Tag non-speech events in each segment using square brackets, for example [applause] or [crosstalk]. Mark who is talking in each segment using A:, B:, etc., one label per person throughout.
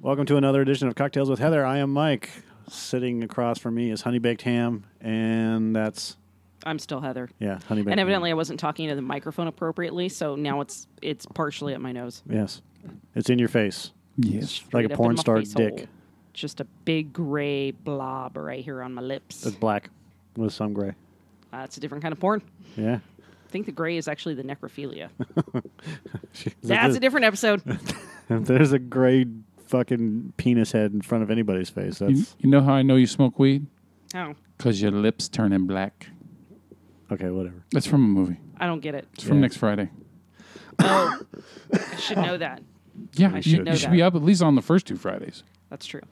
A: Welcome to another edition of Cocktails with Heather. I am Mike. Sitting across from me is Honey Baked Ham, and that's
B: I'm still Heather.
A: yeah, Honey Baked.
B: And evidently,
A: ham.
B: I wasn't talking to the microphone appropriately, so now it's it's partially at my nose,
A: yes, it's in your face
C: Yes.
A: like
B: Straight
A: a
B: up
A: porn
B: in my
A: star
B: face
A: dick.
B: hole. Just a big gray blob right here on my lips.
A: It's black with some gray.
B: That's a different kind of porn.
A: Yeah,
B: I think the gray is actually
A: [laughs]
B: the necrophilia.
A: There's-
B: That's a
A: [laughs]
B: different episode.
A: There's a gray fucking penis head in front of anybody's face.
C: You,
A: That's
C: you know how I know you smoke weed?
B: Oh,
C: Because your lips turning black.
A: okay. Whatever.
C: That's from a movie.
B: I don't get it.
C: It's from
A: Yeah.
C: next Friday.
B: Oh, I should know that.
C: Yeah, you,
A: should
C: you
A: know
C: should
B: that.
C: be up at least on the first two Fridays.
B: That's true.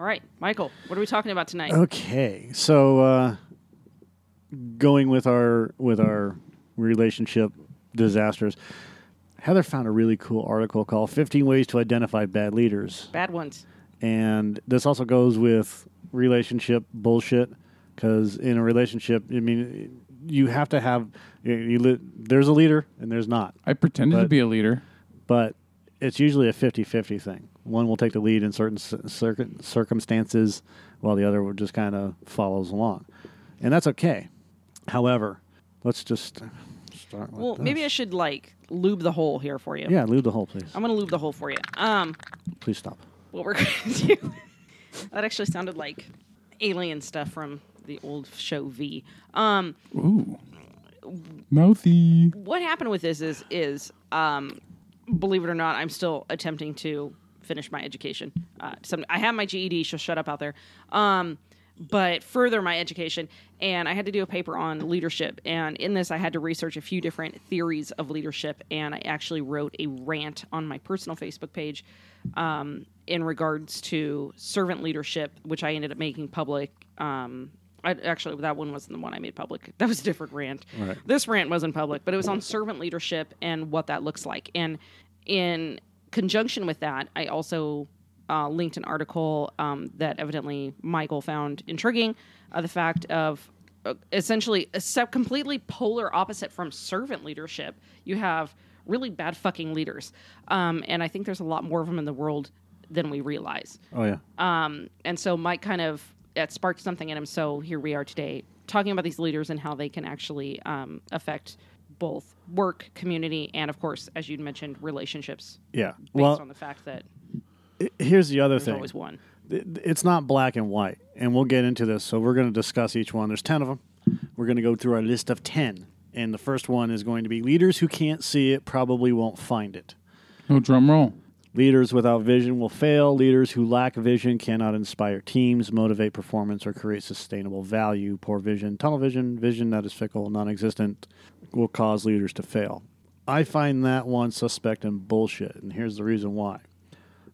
B: All right, Michael, what are we talking about tonight?
A: Uh, Okay, so uh, going with our with our relationship disasters, Heather found a really cool article called "15 Ways to Identify Bad Leaders,"
B: Bad ones.
A: and this also goes with relationship bullshit because in a relationship, I mean, you have to have you, you li- there's a leader and there's not,
C: I pretended to
A: But-
C: be a leader.
A: but it's usually a 50-50 thing. One will take the lead in certain cir- cir- circumstances, while the other will just kind of follows along, and that's okay. However, let's just start. With
B: Well, maybe I should like lube the hole here for you.
A: uh, yeah, leave the hole, please.
B: I'm gonna lube the hole for you. Um,
A: please stop.
B: what we're [laughs] going to do. that actually sounded like alien stuff from the old show V. Um,
C: Ooh. Mouthy.
B: what happened with this is is um, believe it or not, I'm still attempting to finish my education. Uh, some I have my GED. So shut up out there. Um, but further my education, and I had to do a paper on leadership. And in this, I had to research a few different theories of leadership. And I actually wrote a rant on my personal Facebook page um, in regards to servant leadership, which I ended up making public. Um, I, actually, that one wasn't the one I made public. [laughs] That was a different rant.
A: Right.
B: This rant wasn't public, but it was on servant leadership and what that looks like. And in conjunction with that, I also uh, linked an article um, that evidently Michael found intriguing uh, the fact of uh, essentially a se- completely polar opposite from servant leadership. You have really bad fucking leaders. Um, and I think there's a lot more of them in the world than we realize.
A: Oh yeah.
B: Um, and so Mike kind of that sparked something in him. So here we are today talking about these leaders and how they can actually um, affect both work, community, and of course, as you'd mentioned, relationships.
A: yeah.
B: Based
A: Well,
B: on the fact that
A: i- here's the other
B: there's
A: thing.
B: always one.
A: Th- it's not black and white, and we'll get into this. So we're going to discuss each one. There's ten of them. We're going to go through our list of ten, and the first one is going to be leaders who can't see it probably won't find it.
C: No drum roll.
A: Leaders without vision will fail. Leaders who lack vision cannot inspire teams, motivate performance, or create sustainable value. Poor vision, tunnel vision, vision that is fickle, non existent, will cause leaders to fail. I find that one suspect and bullshit, and here's the reason why.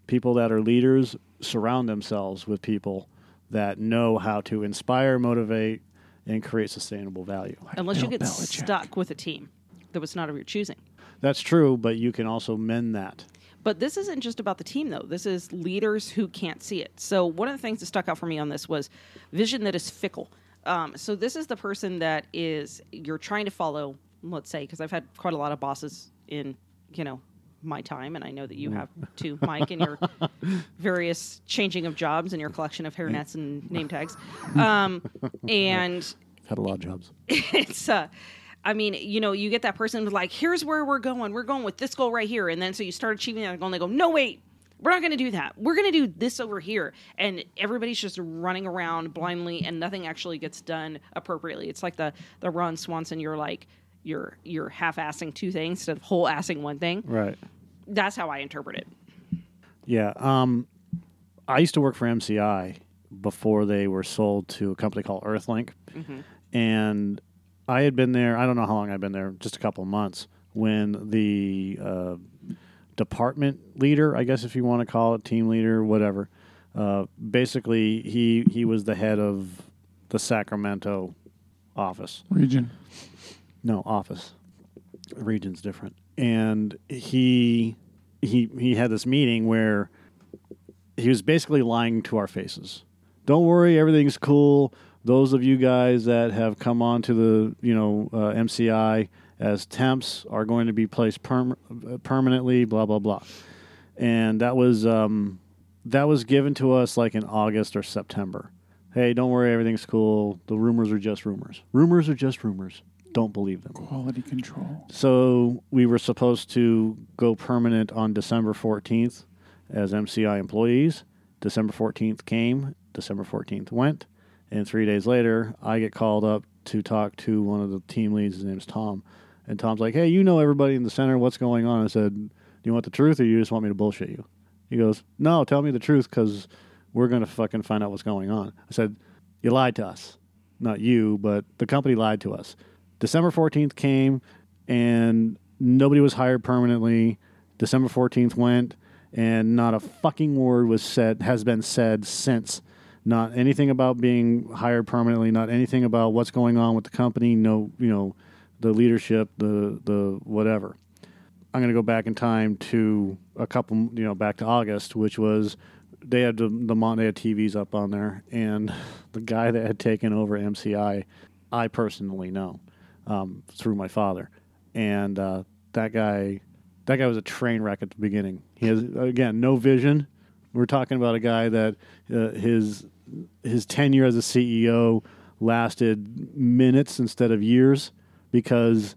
A: People that are leaders surround themselves with people that know how to inspire, motivate, and create sustainable value.
B: Unless you
C: Bill
B: get
C: Belichick.
B: stuck with a team that was not of your choosing.
A: That's true, but you can also mend that.
B: But this isn't just about the team, though. This is leaders who can't see it. So, one of the things that stuck out for me on this was vision that is fickle. Um, so, this is the person that is you're trying to follow, let's say, because I've had quite a lot of bosses in, you know, my time, and I know that you have too, Mike, in your various changing of jobs and your collection of hairnets and name tags. Um, and
A: Had a lot of jobs.
B: [laughs] it's uh I mean, you know, you get that person who's like, here's where we're going. We're going with this goal right here. And then so you start achieving that goal and they go, no, wait, we're not going to do that. We're going to do this over here. And everybody's just running around blindly and nothing actually gets done appropriately. It's like the, the Ron Swanson, you're like, you're, you're half assing two things instead of whole assing one thing.
A: Right.
B: That's how I interpret it.
A: Yeah. Um, I used to work for MCI before they were sold to a company called Earthlink. And I had been there, I don't know how long I'd been there, just a couple of months, when the uh, department leader, I guess if you want to call it team leader, whatever, uh, basically he, he was the head of the Sacramento office.
C: Region.
A: No, office. Region's different. And he he he had this meeting where he was basically lying to our faces. Don't worry, everything's cool. Those of you guys that have come on to the you know uh, MCI as temps are going to be placed perm- uh, permanently. Blah blah blah. And that was um, that was given to us like in August or September. Hey, don't worry, everything's cool. The rumors are just rumors. Rumors are just rumors. Don't believe them.
C: Quality control.
A: So we were supposed to go permanent on December 14th as MCI employees. December 14th came, December 14th went, and three days later, I get called up to talk to one of the team leads. His name's Tom. And Tom's like, Hey, you know everybody in the center. What's going on? I said, Do you want the truth or you just want me to bullshit you? He goes, No, tell me the truth because we're going to fucking find out what's going on. I said, You lied to us. Not you, but the company lied to us. December 14th came and nobody was hired permanently. December 14th went and not a fucking word was said, has been said since. Not anything about being hired permanently, not anything about what's going on with the company, no, you know, the leadership, the, the whatever. I'm going to go back in time to a couple, you know, back to August, which was they had the, the mon- they had TVs up on there, and the guy that had taken over MCI, I personally know um, through my father, and uh, that guy, that guy was a train wreck at the beginning. He has again no vision. We're talking about a guy that uh, his his tenure as a CEO lasted minutes instead of years because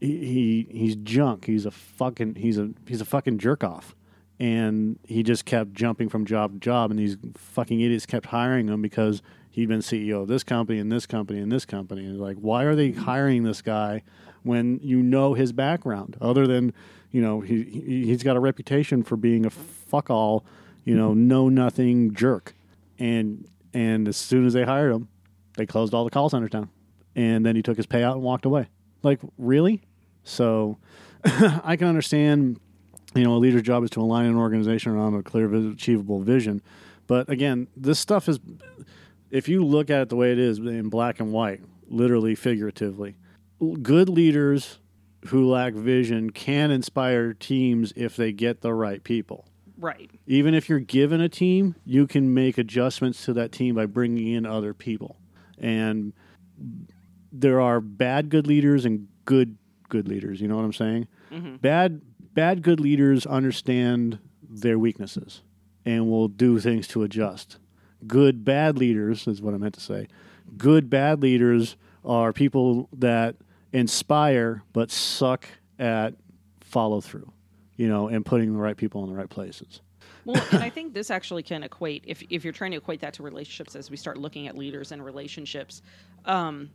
A: he, he he's junk. He's a fucking he's a he's a fucking jerk off, and he just kept jumping from job to job, and these fucking idiots kept hiring him because he'd been CEO of this company and this company and this company. And like, why are they hiring this guy when you know his background? Other than you know he he- he's got a reputation for being a fuck all, you know, know nothing jerk, and and as soon as they hired him, they closed all the call centers down and then he took his payout and walked away. Like, really? So [laughs] I can understand, you know, a leader's job is to align an organization around a clear, vis- achievable vision. But again, this stuff is, if you look at it the way it is in black and white, literally, figuratively, l- good leaders who lack vision can inspire teams if they get the right people
B: Right.
A: even if you're given a team, you can make adjustments to that team by bringing in other people. And there are bad good leaders and good good leaders. You know what I'm saying? Bad bad good leaders understand their weaknesses and will do things to adjust. Good bad leaders is what I meant to say. Good bad leaders are people that inspire but suck at follow through, you know, and putting the right people in the right places.
B: Well, and I think this actually can equate if if you're trying to equate that to relationships as we start looking at leaders and relationships. Um,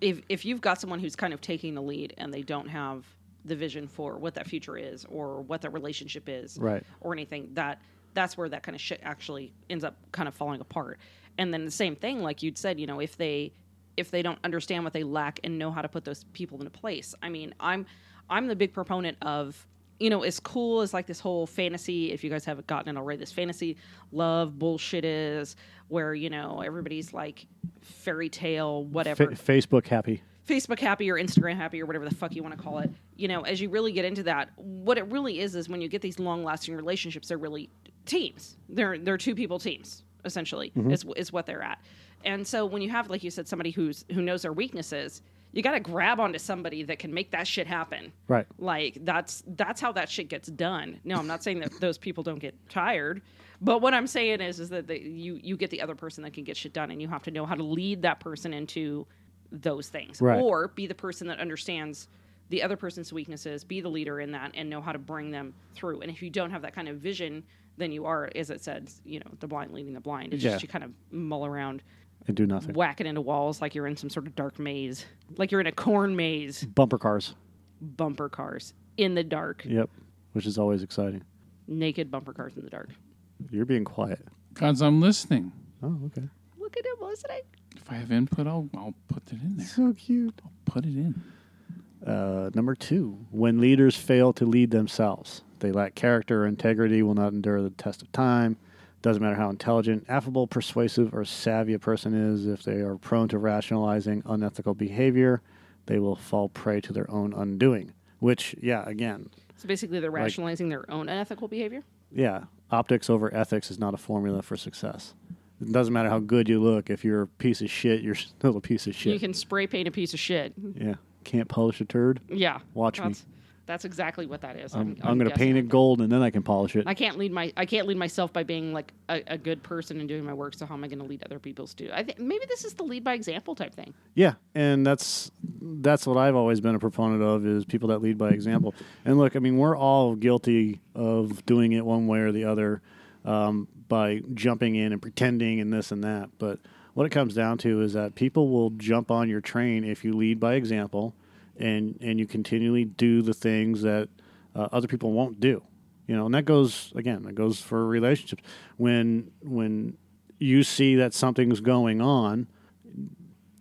B: if if you've got someone who's kind of taking the lead and they don't have the vision for what that future is or what that relationship is
A: Right.
B: or anything that that's where that kind of shit actually ends up kind of falling apart and then the same thing like you'd said you know if they if they don't understand what they lack and know how to put those people into place i mean i'm i'm the big proponent of you know as cool as like this whole fantasy if you guys haven't gotten it already this fantasy love bullshit is where you know everybody's like fairy tale whatever
A: Fa- Facebook happy.
B: Facebook happy or Instagram happy or whatever the fuck you want to call it, you know, as you really get into that, what it really is is when you get these long lasting relationships, they're really teams. They're they're two people teams essentially is is what they're at. And so when you have like you said somebody who's who knows their weaknesses, you got to grab onto somebody that can make that shit happen.
A: Right.
B: Like that's that's how that shit gets done. No, I'm not saying that those people don't get tired, but what I'm saying is is that they, you you get the other person that can get shit done, and you have to know how to lead that person into those things,
A: Right.
B: or be the person that understands the other person's weaknesses, be the leader in that, and know how to bring them through. And if you don't have that kind of vision, then you are, as it said, you know, the blind leading the blind. It's
A: Yeah.
B: just you kind of mull around,
A: and do nothing.
B: whacking into walls like you're in some sort of dark maze, like you're in a corn maze.
A: Bumper cars.
B: Bumper cars in the dark.
A: Yep. Which is always exciting.
B: naked bumper cars in the dark.
A: You're being quiet.
C: Cause I'm listening.
A: Oh, okay.
B: Look at him listening.
C: If I have input, I'll I'll put it in there.
A: So cute.
C: Put it in.
A: Uh, number two, when leaders fail to lead themselves, they lack character or integrity, will not endure the test of time. Doesn't matter how intelligent, affable, persuasive, or savvy a person is, if they are prone to rationalizing unethical behavior, they will fall prey to their own undoing. Which, yeah, again,
B: So basically, they're rationalizing their own unethical behavior.
A: yeah, optics over ethics is not a formula for success. It doesn't matter how good you look. If you're a piece of shit, you're [laughs] still a piece of shit.
B: You can spray paint a piece of shit.
A: yeah, can't polish a turd.
B: Yeah.
A: Watch me.
B: that's- That's exactly what that is.
A: I'm, I'm going to paint
B: guessing.
A: it gold and then I can polish it.
B: I can't lead my I can't lead myself by being like a, a good person and doing my work. So how am I going to lead other people's to? I think maybe this is the lead by example type thing.
A: Yeah, and that's that's what I've always been a proponent of is people that lead by example. And look, I mean, we're all guilty of doing it one way or the other um, by jumping in and pretending and this and that. But what it comes down to is that people will jump on your train if you lead by example, and and you continually do the things that uh, other people won't do. You know, and that goes again. That goes for relationships. When when you see that something's going on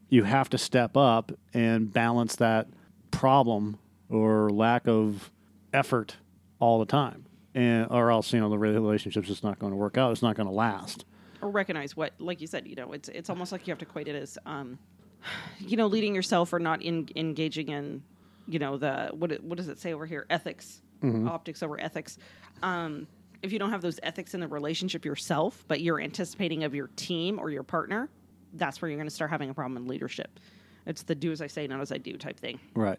A: you have to step up and balance that problem or lack of effort all the time and or else you know the relationship's just not going to work out it's not going to last
B: or recognize what like you said you know it's it's almost like you have to equate it as um [sighs] you know leading yourself or not in, engaging in you know the what it- what does it say over here ethics optics over ethics um if you don't have those ethics in the relationship yourself but you're anticipating of your team or your partner that's where you're going to start having a problem in leadership it's the do as i say not as i do type thing
A: right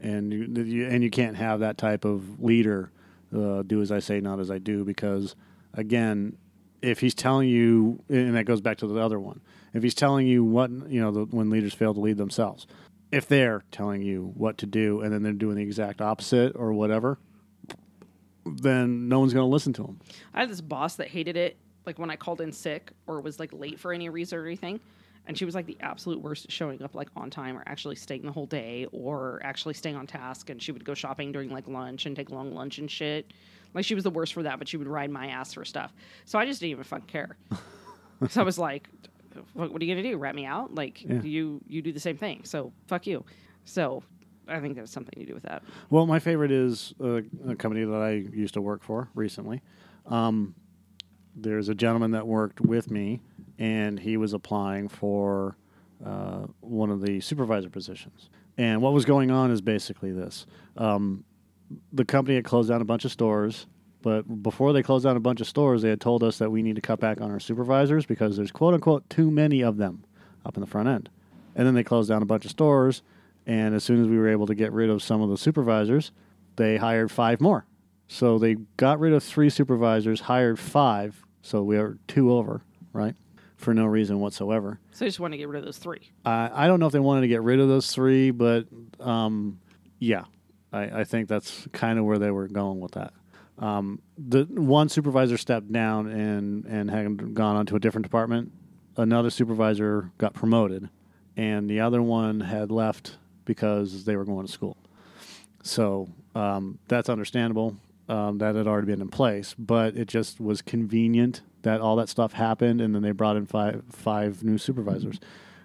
A: and you, th- you and you can't have that type of leader uh, do as i say not as i do because again if he's telling you and that goes back to the other one if he's telling you what you know the, when leaders fail to lead themselves if they're telling you what to do and then they're doing the exact opposite or whatever then no one's going to listen to him.
B: I had this boss that hated it, like when I called in sick or was like late for any reason or anything. And she was like the absolute worst at showing up like on time or actually staying the whole day or actually staying on task. And she would go shopping during like lunch and take long lunch and shit. Like she was the worst for that, but she would ride my ass for stuff. So I just didn't even fucking care. so I was like, what, what are you gonna do? Rat me out? Like
A: Yeah.
B: you you do the same thing. So fuck you. So I think there's something to do with that.
A: Well, my favorite is a, a company that I used to work for recently. Um, there's a gentleman that worked with me, and he was applying for uh, one of the supervisor positions. And what was going on is basically this: um, the company had closed down a bunch of stores, but before they closed down a bunch of stores, they had told us that we need to cut back on our supervisors because there's quote unquote too many of them up in the front end. And then they closed down a bunch of stores, and as soon as we were able to get rid of some of the supervisors, they hired five more. So they got rid of three supervisors, hired five, so we are two over, right? For no reason whatsoever.
B: So I just want to get rid of those three.
A: I I don't know if they wanted to get rid of those three, but um, yeah, I, I think that's kind of where they were going with that. Um, the one supervisor stepped down and and had gone on to a different department. Another supervisor got promoted, and the other one had left because they were going to school. So um, that's understandable. Um, that had already been in place, but it just was convenient that all that stuff happened, and then they brought in five five new supervisors.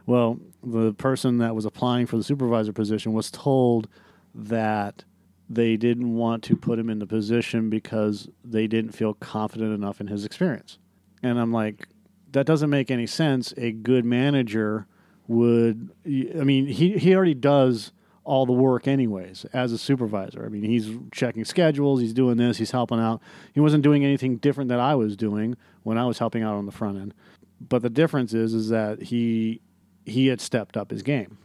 A: Well, the person that was applying for the supervisor position was told that they didn't want to put him in the position because they didn't feel confident enough in his experience. And I'm like, that doesn't make any sense. A good manager would, I mean, he, he already does all the work anyways as a supervisor. I mean, he's checking schedules, he's doing this, he's helping out. He wasn't doing anything different that I was doing when I was helping out on the front end. But the difference is, is that he he had stepped up his game,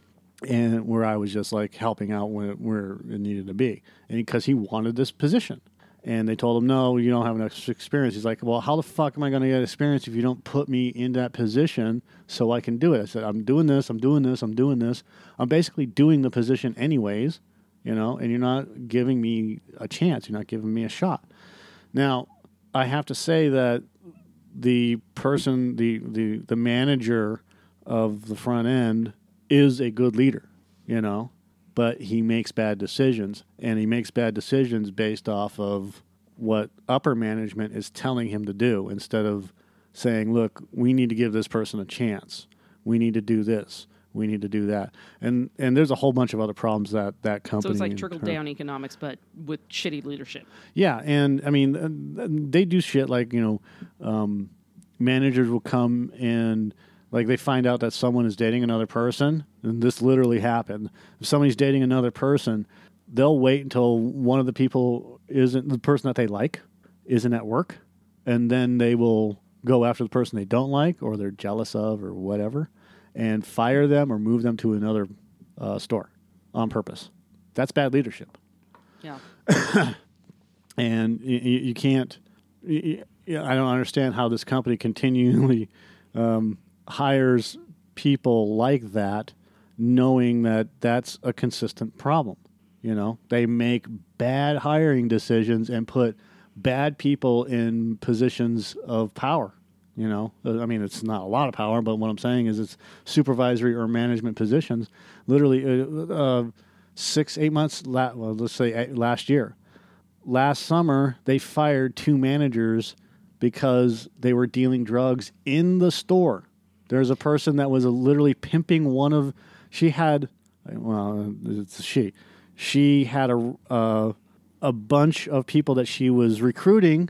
A: and where I was just like helping out when where it needed to be, and because he wanted this position, and they told him no, you don't have enough experience. He's like, well, how the fuck am I going to get experience if you don't put me in that position so I can do it? I said, I'm doing this, I'm doing this, I'm doing this. I'm basically doing the position anyways, you know, and you're not giving me a chance. You're not giving me a shot. Now, I have to say that the person, the the the manager of the front end is a good leader, you know, but he makes bad decisions, and he makes bad decisions based off of what upper management is telling him to do instead of saying, "Look, we need to give this person a chance. We need to do this. We need to do that." And and there's a whole bunch of other problems that that company
B: So it's like
A: in
B: trickle
A: turn-
B: down economics, but with shitty leadership.
A: yeah, and I mean, uh, they do shit like you know, um, managers will come and like they find out that someone is dating another person, and this literally happened. If somebody's dating another person, they'll wait until one of the people isn't the person that they like isn't at work, and then they will go after the person they don't like or they're jealous of or whatever, and fire them or move them to another uh, store on purpose. That's bad leadership.
B: Yeah.
A: and you, you can't. y y I don't understand how this company continually um, hires people like that, knowing that that's a consistent problem. You know, they make bad hiring decisions and put bad people in positions of power. You know, Uh, I mean, it's not a lot of power, but what I'm saying is it's supervisory or management positions. Literally, uh, uh, six, eight months, la- well, let's say eh, last year, last summer they fired two managers because they were dealing drugs in the store. There's a person that was literally pimping one of. She had, well, it's a she. She had a uh, a bunch of people that she was recruiting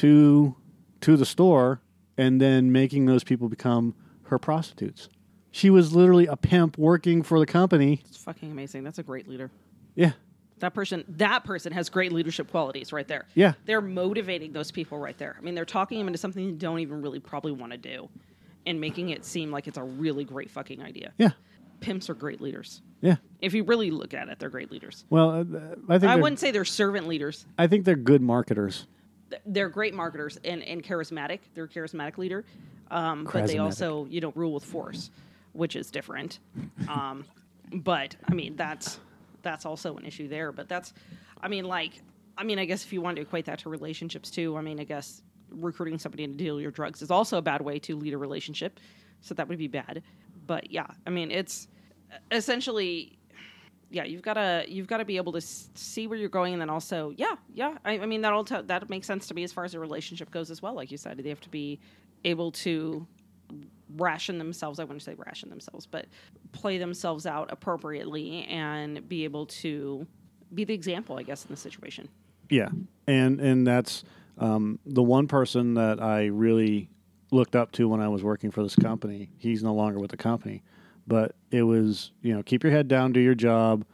A: to to the store, and then making those people become her prostitutes. She was literally a pimp working for the company.
B: It's fucking amazing. That's a great leader.
A: Yeah,
B: That person that person has great leadership qualities right there.
A: Yeah.
B: They're motivating those people right there. I mean, they're talking them into something they don't even really probably want to do and making it seem like it's a really great fucking idea.
A: yeah,
B: Pimps are great leaders.
A: yeah.
B: If you really look at it, they're great leaders.
A: Well, uh, I think
B: I
A: they're-
B: wouldn't say they're servant leaders.
A: I think they're good marketers.
B: Th- They're great marketers and, and charismatic. They're a charismatic leader. Um, but they
A: Charismatic.
B: also, you know, rule with force, which is different. Um, [laughs] but I mean, that's that's also an issue there. But that's, I mean, like, I mean, I guess if you wanted to equate that to relationships too, I mean, I guess recruiting somebody to deal your drugs is also a bad way to lead a relationship. So that would be bad. But yeah, I mean, it's essentially, yeah, you've gotta you've gotta be able to s- see where you're going, and then also, yeah, yeah. I, I mean, that all t- that makes sense to me as far as a relationship goes as well. Like you said, they have to be able to ration themselves i wouldn't say ration themselves but play themselves out appropriately and be able to be the example i guess in the situation
A: Yeah, and and that's um, the one person that I really looked up to when I was working for this company. He's no longer with the company, but it was you know keep your head down, do your job,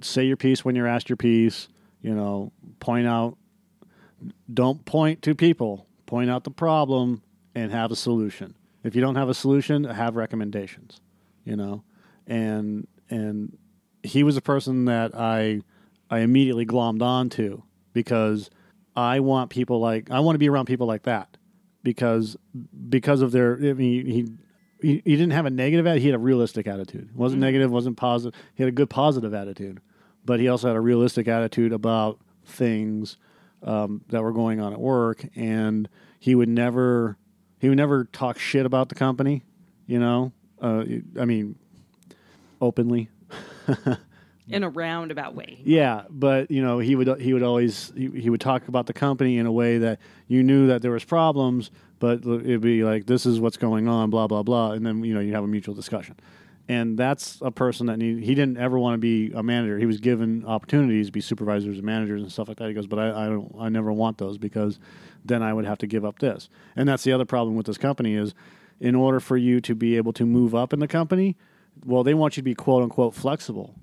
A: say your piece when you're asked your piece. You know, point out, don't point to people. Point out the problem and have a solution. If you don't have a solution, have recommendations. You know, and and he was a person that I I immediately glommed onto because I want people like I want to be around people like that because because of their I mean he he, he didn't have a negative attitude he had a realistic attitude wasn't negative wasn't positive he had a good positive attitude but he also had a realistic attitude about things um, that were going on at work and he would never he would never talk shit about the company you know uh, I mean openly
B: in a roundabout way
A: yeah, but you know, he would he would always he, he would talk about the company in a way that you knew that there was problems, but l- it'd be like this is what's going on, blah blah blah, and then you know you have a mutual discussion, and that's a person that need, he didn't ever want to be a manager. He was given opportunities to be supervisors and managers and stuff like that. He goes, but I, I don't I never want those because then I would have to give up this, and that's the other problem with this company is in order for you to be able to move up in the company, well they want you to be quote unquote flexible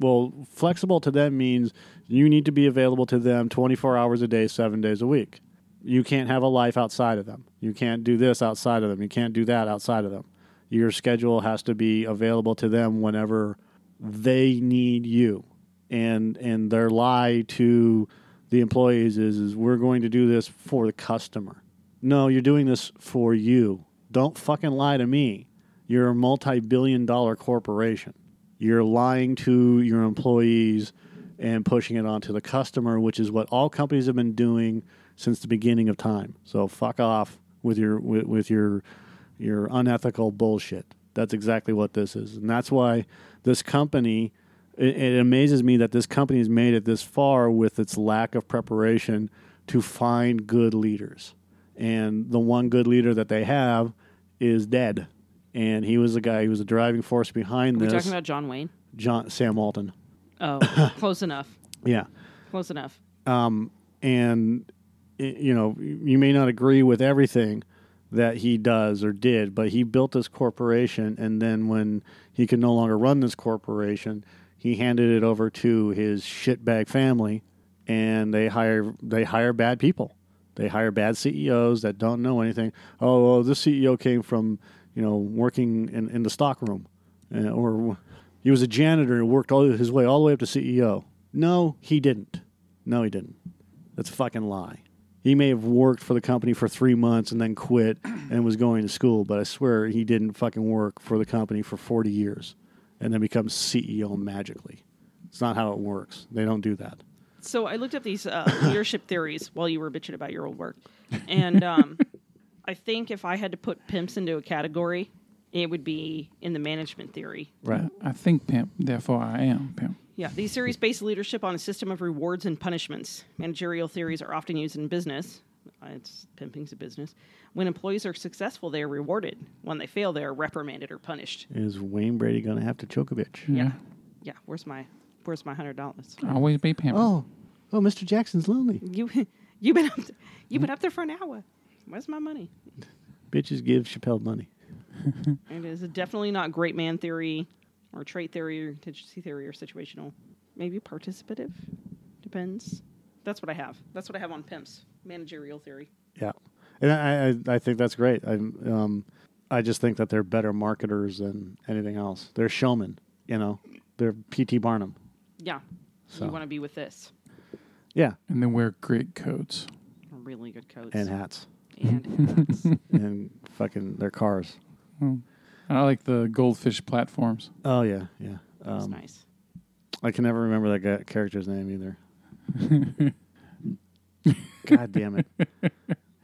A: well, flexible to them means you need to be available to them 24 hours a day, seven days a week. You can't have a life outside of them. You can't do this outside of them. You can't do that outside of them. Your schedule has to be available to them whenever they need you. And and their lie to the employees is, is we're going to do this for the customer. No, you're doing this for you. Don't fucking lie to me. You're a multi-billion dollar corporation you're lying to your employees and pushing it onto the customer, which is what all companies have been doing since the beginning of time. So fuck off with your with, with your your unethical bullshit. That's exactly what this is, and that's why this company. It, it amazes me that this company has made it this far with its lack of preparation to find good leaders, and the one good leader that they have is dead. And he was the guy. He was the driving force behind
B: we're
A: this.
B: talking about john wayne
A: John Sam Walton.
B: oh close enough
A: Yeah,
B: close enough
A: and y- you know you may not agree with everything that he does or did, but he built this corporation, and then when he could no longer run this corporation, he handed it over to his shitbag family, and they hire they hire bad people. They hire bad CEOs that don't know anything. Oh, well, this CEO came from you know working in, in the stockroom, uh, or he was a janitor and worked all his way all the way up to CEO. No, he didn't. No, he didn't. That's a fucking lie. He may have worked for the company for three months and then quit and was going to school, but I swear he didn't fucking work for the company for 40 years and then become CEO magically. It's not how it works. They don't do that.
B: So I looked up these uh, [coughs] leadership theories while you were bitching about your old work, and um, [laughs] I think if I had to put pimps into a category, it would be in the management theory.
A: Right.
C: I think pimp, therefore I am pimp.
B: Yeah, these theories base leadership on a system of rewards and punishments. Managerial theories are often used in business. Uh, It's pimping's a business. When employees are successful, they are rewarded. When they fail, they are reprimanded or punished.
A: Is Wayne Brady going to have to choke a bitch?
C: Yeah.
B: Yeah, where's my where's my hundred dollars?
C: Always be pimp.
A: Oh, oh, Mr. Jackson's lonely.
B: You [laughs] you've been up you've been up there for an hour. Where's my money?
A: Bitches give Chappelle money.
B: It is definitely not great man theory or trait theory or contingency theory or situational. Maybe participative. Depends. That's what I have. That's what I have on pimps. Managerial theory.
A: Yeah, and I I, I think that's great. I um I just think that they're better marketers than anything else. They're showmen, you know. They're P.T. Barnum.
B: Yeah.
A: So.
B: You want to be with this.
A: Yeah,
C: And then wear great coats.
B: A really good coats.
A: and [laughs] hats
B: And
A: [laughs]
B: hats.
A: and fucking their cars.
C: I like the goldfish platforms.
A: Oh yeah, yeah.
B: That's
A: Um,
B: nice.
A: I can never remember that guy, character's name either. [laughs] God damn it!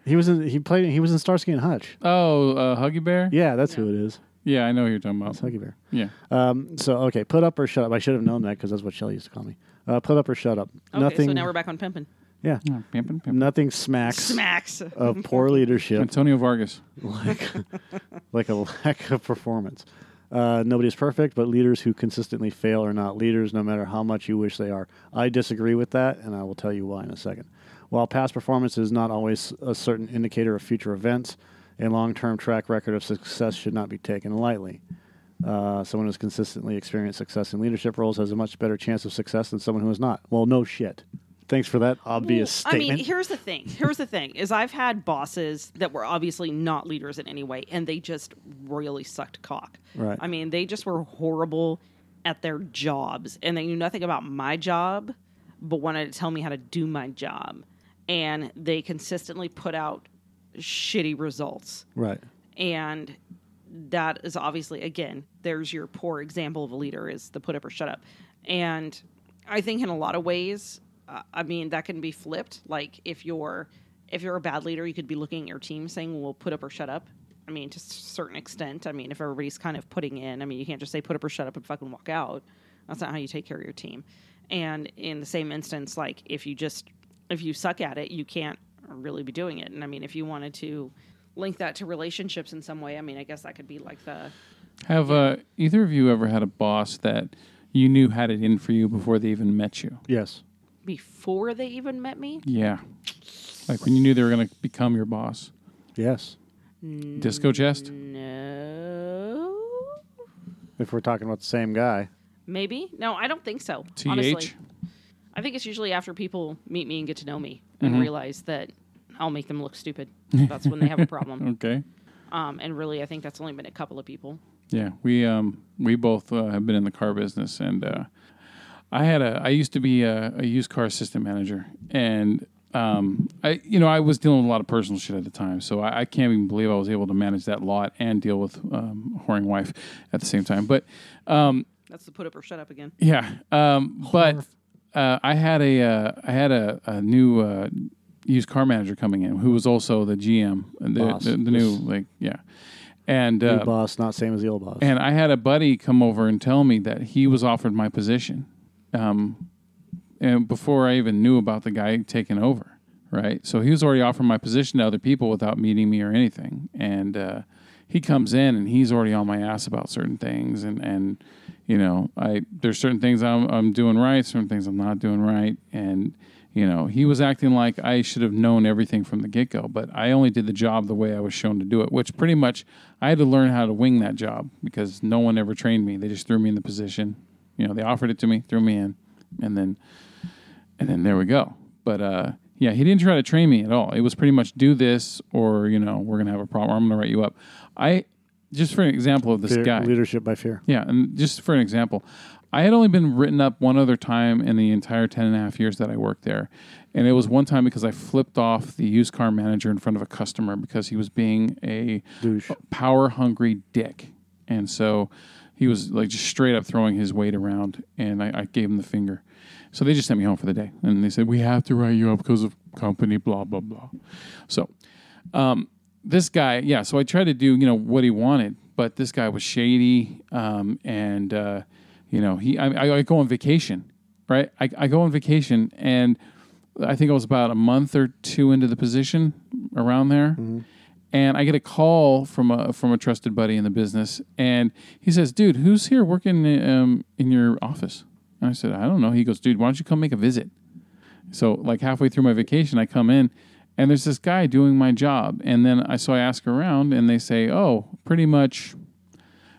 A: He was in. He played. He was in Starsky and Hutch.
C: Oh, uh, Huggy Bear?
A: Yeah, that's
B: Yeah.
A: who it is.
C: Yeah, I know who you're talking
A: It's
C: about.
A: Huggy Bear.
C: Yeah.
A: Um, so okay, put up or shut up. I should have known that because that's what Shelley used to call me. Uh, put up or shut up.
B: Okay,
A: nothing.
B: so now we're back on pimping.
A: yeah,
C: Yeah, pimping, pimping.
A: nothing smacks
B: Smacks.
A: of poor
B: [laughs]
A: leadership
C: Antonio Vargas.
A: like [laughs] like a lack of performance. Uh, nobody's perfect, but leaders who consistently fail are not leaders, no matter how much you wish they are. I disagree with that, and I will tell you why in a second. While past performance is not always a certain indicator of future events, a long-term track record of success should not be taken lightly. Uh, someone who's consistently experienced success in leadership roles has a much better chance of success than someone who has not. Well, no shit. Thanks for that obvious
B: Well,
A: statement.
B: I mean, here's the thing. Here's the thing is I've had bosses that were obviously not leaders in any way, and they just really sucked cock.
A: Right.
B: I mean, they just were horrible at their jobs, and they knew nothing about my job, but wanted to tell me how to do my job, and they consistently put out shitty results.
A: right.
B: and that is obviously again there's your poor example of a leader is the put up or shut up and i think in a lot of ways uh, i mean that can be flipped like if you're if you're a bad leader you could be looking at your team saying well put up or shut up i mean to a certain extent i mean if everybody's kind of putting in i mean you can't just say put up or shut up and fucking walk out that's not how you take care of your team and in the same instance like if you just if you suck at it you can't really be doing it and i mean if you wanted to link that to relationships in some way i mean i guess that could be like the
C: Have uh, either of you ever had a boss that you knew had it in for you before they even met you?
A: Yes.
B: before they even met me
C: Yeah. Like when you knew they were going to become your boss?
A: Yes.
C: Disco chest?
B: no
A: If we're talking about the same guy.
B: maybe no i don't think so honestly
C: TH?
B: i think it's usually after people meet me and get to know me and
A: Mm-hmm.
B: realize that i'll make them look stupid that's when they have a
A: [laughs]
B: problem
C: Okay.
B: um, and really i think that's only been a couple of people
C: Yeah, we um we both uh, have been in the car business, and uh, I had a I used to be a, a used car assistant manager, and um I you know I was dealing with a lot of personal shit at the time, so I, I can't even believe I was able to manage that lot and deal with um, whoring wife at the same time. But um
B: that's the put up or shut up again
C: yeah, um but uh, I had a uh, I had a, a new uh, used car manager coming in who was also the GM, the,
A: Boss.
C: the, the new like yeah, and
A: New
C: uh,
A: boss, not same as the old boss.
C: and I had a buddy come over and tell me that he was offered my position, um, and before I even knew about the guy taking over, right? So he was already offering my position to other people without meeting me or anything. And uh, he comes in and he's already on my ass about certain things, and and you know, I there's certain things I'm I'm doing right, certain things I'm not doing right, and. You know, he was acting like I should have known everything from the get go, but I only did the job the way I was shown to do it, which pretty much I had to learn how to wing that job because no one ever trained me. They just threw me in the position. You know, they offered it to me, threw me in, and then and then there we go. But uh, yeah, he didn't try to train me at all. It was pretty much do this, or you know, we're gonna have a problem. I'm gonna write you up. I just for an example of this
A: Fear-
C: guy,
A: Leadership by fear.
C: yeah, and just for an example, I had only been written up one other time in the entire 10 and a half years that I worked there. And it was one time because I flipped off the used car manager in front of a customer because he was being a
A: Douche.
C: power hungry dick. And so he was like just straight up throwing his weight around. And I, I gave him the finger. So they just sent me home for the day. And they said, We have to write you up because of company, blah, blah, blah. So this guy, yeah. So I tried to do you know what he wanted, but this guy was shady, um, and uh, you know he. I- I, I go on vacation, right? I, I go on vacation, and I think I was about a month or two into the position, around there, and I get a call from a from a trusted buddy in the business, and he says, "Dude, who's here working um, in your office?" And I said, "I don't know." He goes, "Dude, why don't you come make a visit?" So like halfway through my vacation, I come in and there's this guy doing my job. And then I so I ask around and they say, Oh, pretty much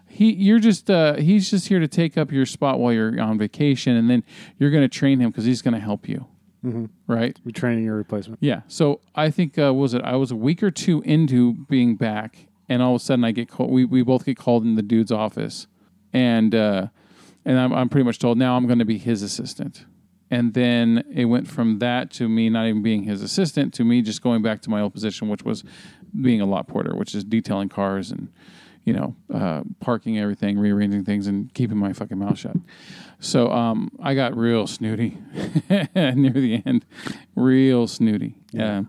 C: he you're just uh, he's just here to take up your spot while you're on vacation and then you're gonna train him because he's gonna help you. Right?
A: You're training your replacement.
C: Yeah. So I think uh, what was it I was a week or two into being back, and all of a sudden I get called. We we both get called in the dude's office, and uh, and I'm I'm pretty much told now I'm going to be his assistant. And then it went from that to me not even being his assistant to me just going back to my old position, which was being a lot porter, which is detailing cars and you know uh, parking everything, rearranging things, and keeping my fucking mouth shut. So um, I got real snooty [laughs] near the end, real snooty. Yeah.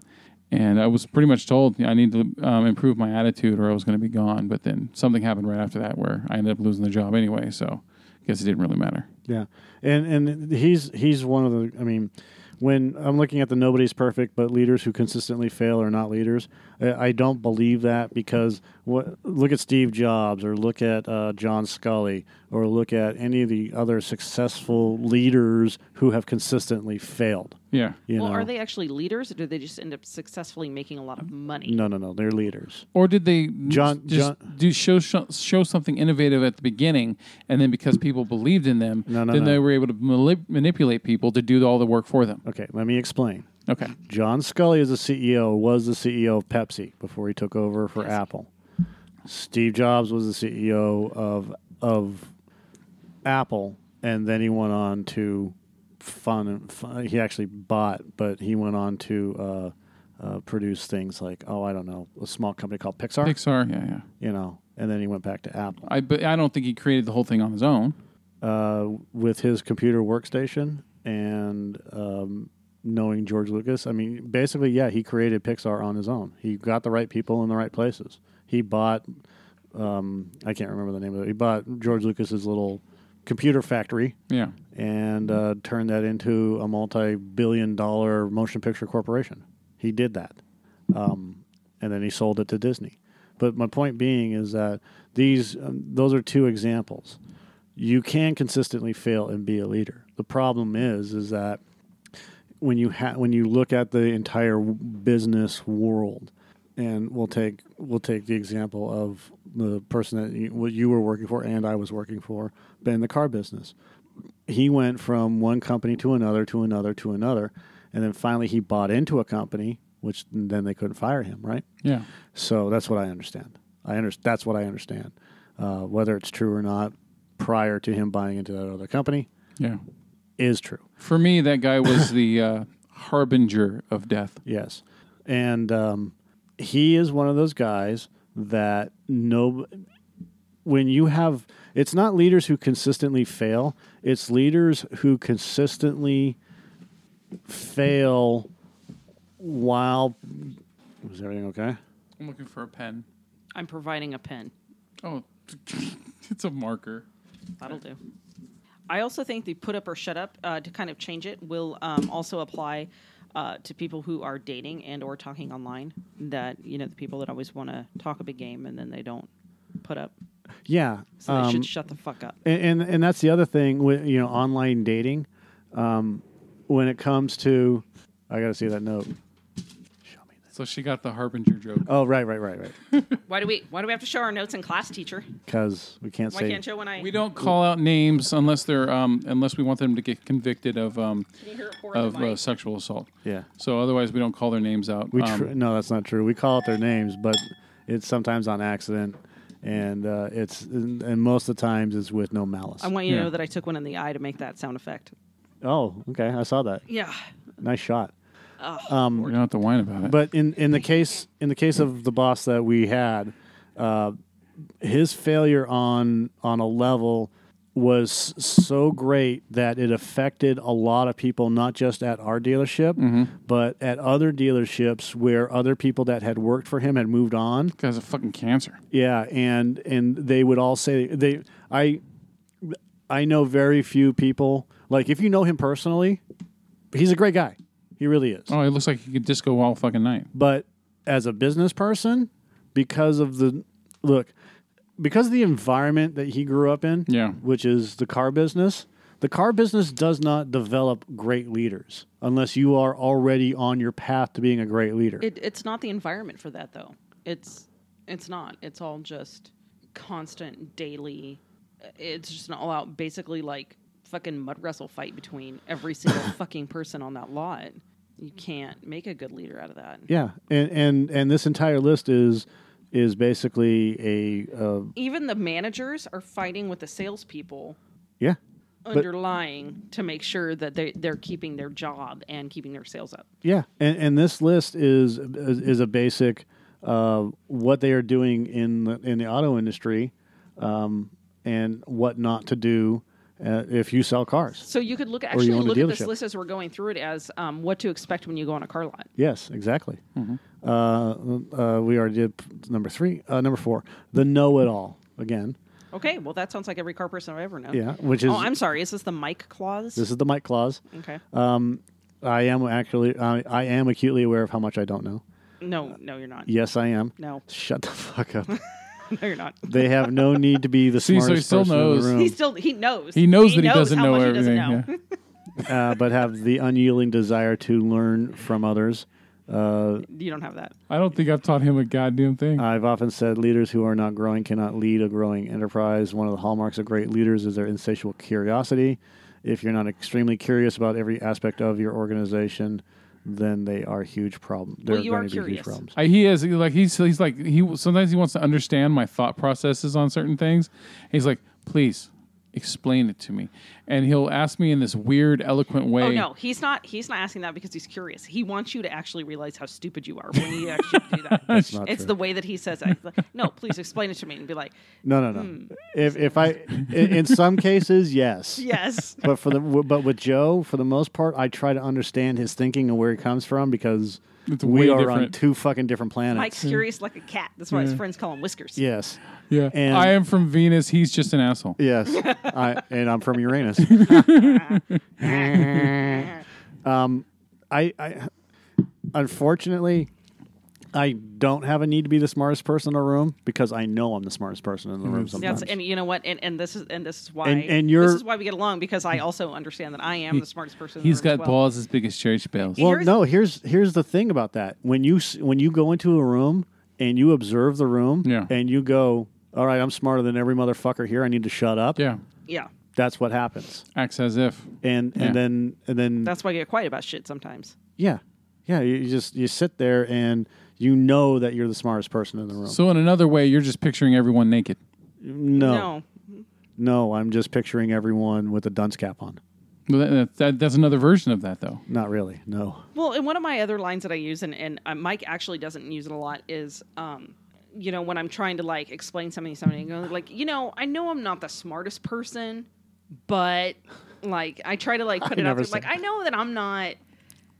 C: and I was pretty much told you know, I need to um, improve my attitude or I was going to be gone. But then something happened right after that where I ended up losing the job anyway. So I guess it didn't really matter.
A: Yeah, and and he's he's one of the. I mean, when I'm looking at the nobody's perfect, but leaders who consistently fail are not leaders. I, I don't believe that because what look at Steve Jobs or look at uh, John Scully or look at any of the other successful leaders who have consistently failed.
C: Yeah.
A: You
B: well,
A: know, Um,
B: are they actually leaders, or do they just end up successfully making a lot of money?
A: no, no, no, they're leaders.
C: Or did they
A: John-
C: just do show show something innovative at the beginning, and then because people believed in them,
A: No, no,
C: then
A: no.
C: they were able to mali- manipulate people to do all the work for them.
A: Okay, let me explain.
C: Okay.
A: John Scully is the CEO, was the CEO of Pepsi before he took over for Apple. Steve Jobs was the CEO of of Apple, and then he went on to fun. fun he actually bought, but he went on to uh, uh, produce things like oh, I don't know, a small company called Pixar,
C: Pixar. Yeah, yeah.
A: you know, and then he went back to Apple
C: I but I don't think he created the whole thing on his own.
A: uh, with his computer workstation and um, knowing George Lucas. I mean, basically, yeah, he created Pixar on his own. He got the right people in the right places. He bought, um, I can't remember the name of it. He bought George Lucas's little computer factory
C: Yeah.
A: and uh, turned that into a multi-billion-dollar motion picture corporation. He did that, um, and then he sold it to Disney. But my point being is that these um, those are two examples. You can consistently fail and be a leader. The problem is is that when you ha- when you look at the entire w- business world, and we'll take we'll take the example of the person that you, what you were working for and I was working for, but in the car business, he went from one company to another to another to another, and then finally he bought into a company, which then they couldn't fire him, right?
C: Yeah.
A: So that's what I understand. I under- That's what I understand. Uh, whether it's true or not, prior to him buying into that other company,
C: Yeah.
A: is true.
C: For me, that guy was the uh, harbinger of death.
A: Yes, and um, he is one of those guys that no. When you have, it's not leaders who consistently fail. It's leaders who consistently fail while. Is everything okay?
C: I'm looking for a pen.
B: I'm providing a pen.
C: Oh, [laughs] it's a marker.
B: That'll do. I also think the put up or shut up uh, to kind of change it will um, also apply uh, to people who are dating and or talking online. That you know the people that always want to talk a big game and then they don't put up,
A: Yeah.
B: so they
A: um,
B: should shut the fuck up.
A: and, and and that's the other thing with you know online dating um, when it comes to i gotta see that note show me that
C: So she got the harbinger joke.
A: oh right right right right
B: Why do we Why do we have to show our notes in class, teacher?
A: because we can't
B: Why
A: say
B: can't show when I
C: We don't call out names unless they're um, unless we want them to get convicted of um,
B: Can you hear it pour in the
C: of uh,
B: mic?
C: sexual assault.
A: yeah
C: So otherwise, we don't call their names out.
A: we
C: Um,
A: tr- no that's not true we call out their names but it's sometimes on accident and uh, it's and, and most of the times it's with no malice.
B: I want you
C: Yeah.
B: to know that I took one in the eye to make that sound effect.
A: oh, okay, I saw that.
B: Yeah.
A: Nice shot.
C: We're gonna have to whine about it.
A: But in, in the case in the case of the boss that we had, uh, his failure on on a level was so great that it affected a lot of people, not just at our dealership, but at other dealerships where other people that had worked for him had moved on.
C: guy's a fucking cancer.
A: Yeah, and and they would all say they I I know very few people like if you know him personally, he's a great guy. He really is
C: Oh, it looks like he could disco all fucking night.
A: but as a business person because of the look because of the environment that he grew up in
C: Yeah.
A: which is the car business the car business does not develop great leaders unless you are already on your path to being a great leader
B: It, it's not the environment for that though. It's it's not. It's all just constant daily. uh, It's just an all out basically like fucking mud wrestle fight between
A: [coughs]
B: every single fucking person on that lot. You can't make a good leader out of that.
A: yeah and, and and this entire list is is basically a uh,
B: Even the managers are fighting with the salespeople
A: yeah
B: underlying to make sure that they they're keeping their job and keeping their sales up.
A: Yeah, and, and this list is is, is a basic uh, what they are doing in the, in the auto industry, um, and what not to do uh, if you sell cars.
B: So you could look
A: you
B: actually
A: own a
B: look at this
A: dealership.
B: list as we're going through it as um, what to expect when you go on a car lot.
A: Yes, exactly.
C: Mm-hmm.
A: Uh, uh, we already did p- number three, uh, number four, the know-it-all again.
B: Okay, well that sounds like every car person I've ever known.
A: Yeah, which is
B: Oh, I'm sorry. Is this the mic clause?
A: this Uh, is the Mike clause.
B: okay.
A: I am actually I, I am acutely aware of how much I don't know.
B: no, no, you're not.
A: Yes, I am.
B: No, [laughs]
A: Shut the fuck up.
B: no, you're not.
A: they have no need to be
C: [laughs]
A: the
C: See, so
A: smartest
C: he still
A: person
C: knows.
A: in the room.
B: He still he knows.
C: He knows that he doesn't
B: how
C: know
B: much
C: everything.
B: He doesn't know.
A: uh, but have the unyielding desire to learn from others. Uh,
B: [laughs] you don't have that.
C: I don't think I've taught him a goddamn thing.
A: I've often said leaders who are not growing cannot lead a growing enterprise. One of the hallmarks of great leaders is their insatiable curiosity. If you're not extremely curious about every aspect of your organization, then they are huge problem. They're
B: you
A: going
B: are
A: to be huge
B: curious.
A: problems.
C: I, he is like he's he's like he sometimes he wants to understand my thought processes on certain things. He's like, please explain it to me, and he'll ask me in this weird, eloquent way.
B: Oh no, he's not. He's not asking that because he's curious. He wants you to actually realize how stupid you are when you actually do that.
A: [laughs] That's not
B: it's
A: true.
B: the way that he says. It. Like, no, please explain it to me and be like,
A: no, no, no.
B: Hmm.
A: If if I, in, in some cases, [laughs] yes. [laughs]
B: yes.
A: But for the but with Joe, for the most part, I try to understand his thinking and where he comes from because
C: It's
A: we
C: way
A: are on
C: different.
A: two fucking different planets.
B: Mike's curious like a cat. That's why his friends call him Whiskers.
A: Yes.
C: Yeah,
A: And-
C: I am from Venus. He's just an asshole.
A: Yes. I, and I'm from
B: [laughs]
A: Uranus. um, I, I, unfortunately, I don't have a need to be the smartest person in the room because I know I'm the smartest person in the
C: Mm-hmm.
A: room sometimes.
B: That's and you know what and, and this is and this is why
A: And- and you're-
B: this is why we get along because I also understand that I am the smartest person. in the
C: He's
B: room as
C: got
B: well.
C: balls as big as church bells.
A: well,
B: here's-
A: no. Here's here's the thing about that. When you s- when you go into a room and you observe the room
C: Yeah.
A: and you go, all right, I'm smarter than every motherfucker here. I need to shut up.
C: yeah,
B: Yeah,
A: That's what happens.
C: acts as if.
A: And and
C: Yeah.
A: then and then
B: that's why I get quiet about shit sometimes.
A: Yeah, yeah. You you just you sit there and you know that you're the smartest person in the room.
C: So in another way, you're just picturing everyone naked.
A: no, no,
B: no.
A: I'm just picturing everyone with a dunce cap on.
C: Well, that, that, that, that's another version of that, though.
A: Not really. No.
B: Well, and one of my other lines that I use, and, and uh, Mike actually doesn't use it a lot, is, um, you know, when I'm trying to like explain something to somebody, and go like, you know, I know I'm not the smartest person, but like I try to like
A: [laughs]
B: put
A: I
B: it out
A: never
B: there,
A: say
B: like
A: that.
B: I know that I'm not.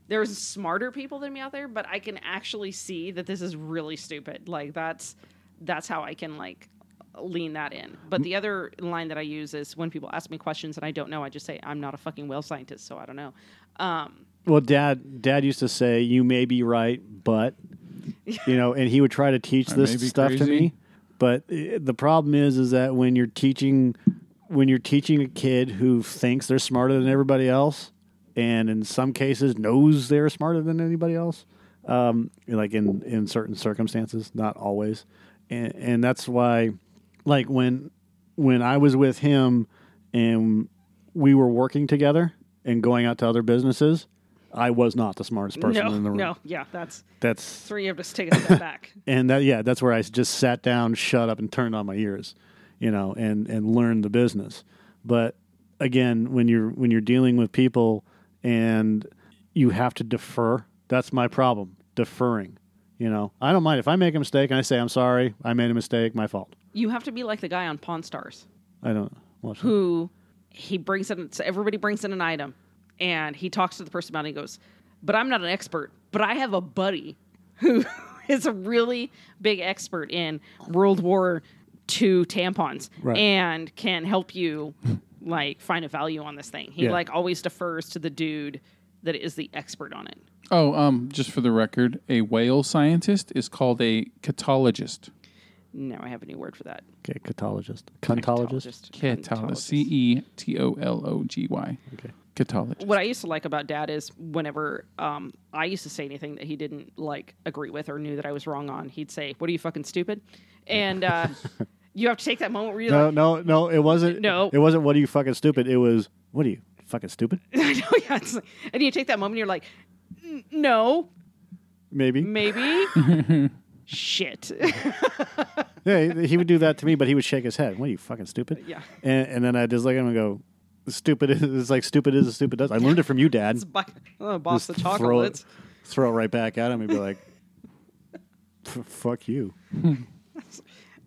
B: There's smarter people than me out there, but I can actually see that this is really stupid. Like that's that's how I can like lean that in. But the other line that I use is when people ask me questions and I don't know, I just say I'm not a fucking whale scientist, so I don't know. Um,
A: Well, Dad, Dad used to say, "You may be right, but," you know, and he would try to teach
C: I may
A: this
C: be
A: stuff to
C: crazy.
A: me. But eh, the problem is, is that when you're teaching, when you're teaching a kid who thinks they're smarter than everybody else, and in some cases knows they're smarter than anybody else, um, like in in certain circumstances, not always, and, and that's why, like when when I was with him and we were working together and going out to other businesses, I was not the smartest person
B: no,
A: in the room.
B: no, yeah, that's
A: That's
B: three of us take a step back.
A: and that yeah, that's where I just sat down, shut up, and turned on my ears, you know, and and learned the business. But again, when you're when you're dealing with people and you have to defer, that's my problem. Deferring, you know, I don't mind if I make a mistake and I say I'm sorry, I made a mistake, my fault.
B: You have to be like the guy on Pawn Stars
A: I don't. Watch that.
B: who he brings in. So everybody brings in an item, and he talks to the person about it. And he goes, "But I'm not an expert, but I have a buddy who [laughs] is a really big expert in World War II tampons
A: Right.
B: and can help you like find a value on this thing." He
A: Yeah.
B: like always defers to the dude that is the expert on it.
C: Oh, um, just for the record, a whale scientist is called a catologist.
B: No, I have a new word for that.
A: Okay, catologist, cuntologist.
C: Catologist. C E T O L O G Y.
A: Okay.
C: Catologist.
B: what I used to like about dad is whenever um, I used to say anything that he didn't like agree with or knew that I was wrong on, he'd say, "What are you fucking stupid?"
A: [laughs]
B: And uh, you have to take that moment where you're
A: No,
B: like,
A: no, no. It wasn't.
B: No.
A: it wasn't. What are you fucking stupid? It was. What are you fucking
B: [laughs]
A: stupid?
B: I know, yeah, it's like- and you take that moment, you're like, "N- "No,
A: Maybe. [laughs]
B: maybe." Shit. [laughs]
A: Yeah, he, he would do that to me, but he would shake his head. What are you fucking stupid?
B: Yeah.
A: And, and then I just look at him and go, "Stupid is it's like stupid is as stupid does." I learned it from you, Dad.
B: It's like, oh, boss the
A: Just throw it-
B: chocolates.
A: Throw it right back at him and be like, "F- "Fuck you."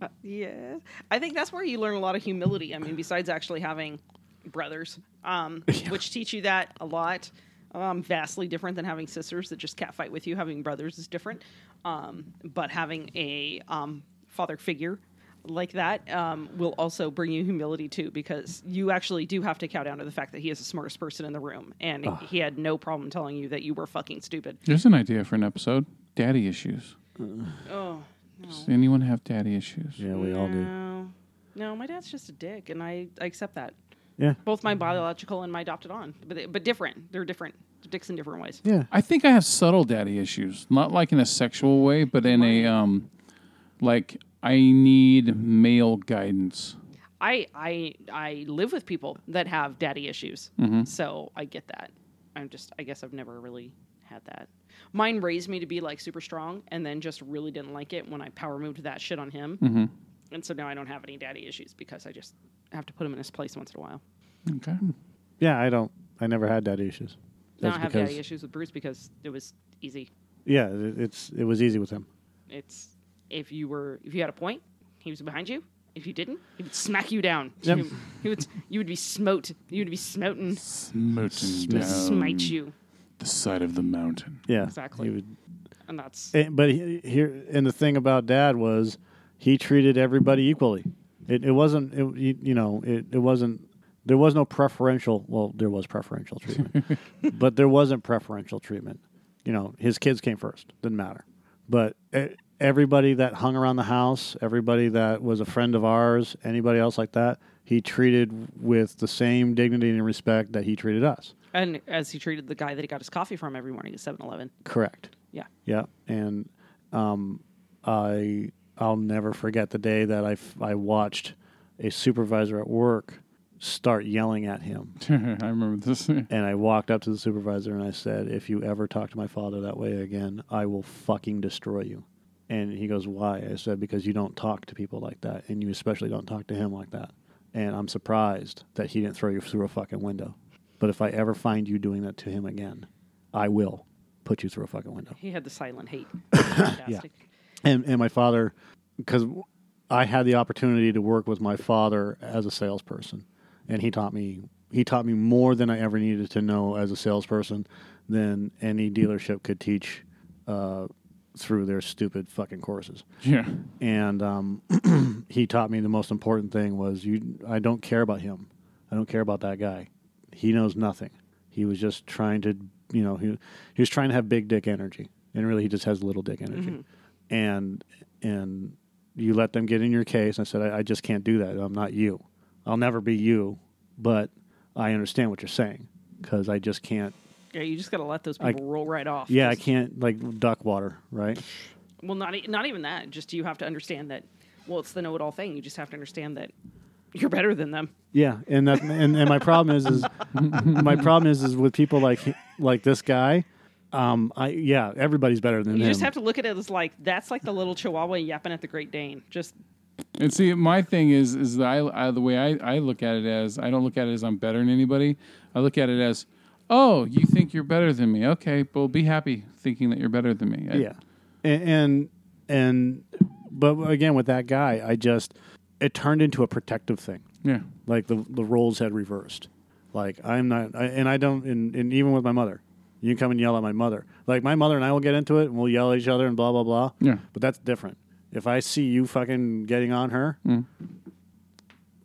B: Uh, yeah, I think that's where you learn a lot of humility. I mean, besides actually having brothers, [laughs] um, which teach you that a lot. Um, vastly different than having sisters that just catfight with you. Having brothers is different, um, but having a um, father figure like that um, will also bring you humility too, because you actually do have to cow down to the fact that he is the smartest person in the room, and he had no problem telling you that you were fucking stupid.
C: There's an idea for an episode Daddy Issues.
B: Oh no.
C: Does anyone have daddy issues?
A: Yeah, we all do.
B: No. No, my dad's just a dick, and I, I accept that.
A: Yeah,
B: both my biological and my adopted on, but they- but different. They're different. They're dicks in different ways.
A: yeah.
C: I think I have subtle daddy issues, not like in a sexual way, but in a um, like I need male guidance.
B: I I I live with people that have daddy issues,
A: Mm-hmm.
B: so I get that. I'm just I guess I've never really had that. Mine raised me to be like super strong, and then just really didn't like it when I power moved that shit on him,
A: Mm-hmm.
B: and so now I don't have any daddy issues because I just have to put him in his place once in a while.
C: Okay.
A: Yeah, I don't. I never had daddy issues.
B: Now I
A: That's
B: have
A: because-
B: daddy issues with Bruce because it was easy.
A: Yeah, it, it's it was easy with him.
B: It's if you were if you had a point, he was behind you. If you didn't, he would smack you down.
A: Yep.
B: He, he would you would be smote. You would be smoten.
C: Smoten
B: He would smite you
C: the side of the mountain.
A: Yeah,
B: Exactly.
A: He would
B: and that's
A: And, but he- here, and the thing about dad was he treated everybody equally. It, it wasn't, it, you- you know, it, it wasn't, there was no preferential, well, there was preferential treatment, but there wasn't preferential treatment. You know, his kids came first, didn't matter. But e- everybody that hung around the house, everybody that was a friend of ours, anybody else like that, he treated with the same dignity and respect that he treated us.
B: and as he treated the guy that he got his coffee from every morning at 7-Eleven.
A: Correct.
B: Yeah.
A: Yeah, and um, I I'll never forget the day that I f- I watched a supervisor at work start yelling at him,
C: [laughs] I remember this. [laughs]
A: and I walked up to the supervisor and I said, "If you ever talk to my father that way again, I will fucking destroy you." And he goes, "Why?" I said, "Because you don't talk to people like that, and you especially don't talk to him like that." And I'm surprised that he didn't throw you through a fucking window. But if I ever find you doing that to him again, I will put you through a fucking window.
B: He had the
A: [coughs]
B: silent hate. Fantastic.
A: and and my father because I had the opportunity to work with my father as a salesperson, and he taught me he taught me more than I ever needed to know as a salesperson than any dealership could teach uh, through their stupid fucking courses
C: yeah.
A: and um, [clears throat] he taught me the most important thing was you. I don't care about him. I don't care about that guy. He knows nothing. He was just trying to, you know, he he was trying to have big dick energy, and really he just has little dick energy. And and you let them get in your case. I said, I, I just can't do that. I'm not you. I'll never be you. But I understand what you're saying because I just can't.
B: Yeah, you just got to let those people roll right off.
A: Yeah, I
B: Just-
A: can't like duck water, right?
B: Well, not e- not even that. Just you have to understand that. Well, it's the know-it-all thing. You just have to understand that you're better than them.
A: Yeah, and that and, and my problem is is my problem is is with people like like this guy. Um, I yeah, everybody's better than
B: You
A: him.
B: just have to look at it as like that's like the little Chihuahua yapping at the Great Dane. Just
C: And see, my thing is, is that I, I the way I, I look at it as I don't look at it as I'm better than anybody. I look at it as, oh, you think you're better than me? Okay, well, be happy thinking that you're better than me. I-
A: yeah, and, and and but again with that guy, I just it turned into a protective thing.
C: yeah,
A: like the the roles had reversed. Like I'm not, I, and I don't, and, and even with my mother, you can come and yell at my mother. Like my mother and I will get into it, and we'll yell at each other and blah blah blah.
C: Yeah.
A: But that's different. If I see you fucking getting on her,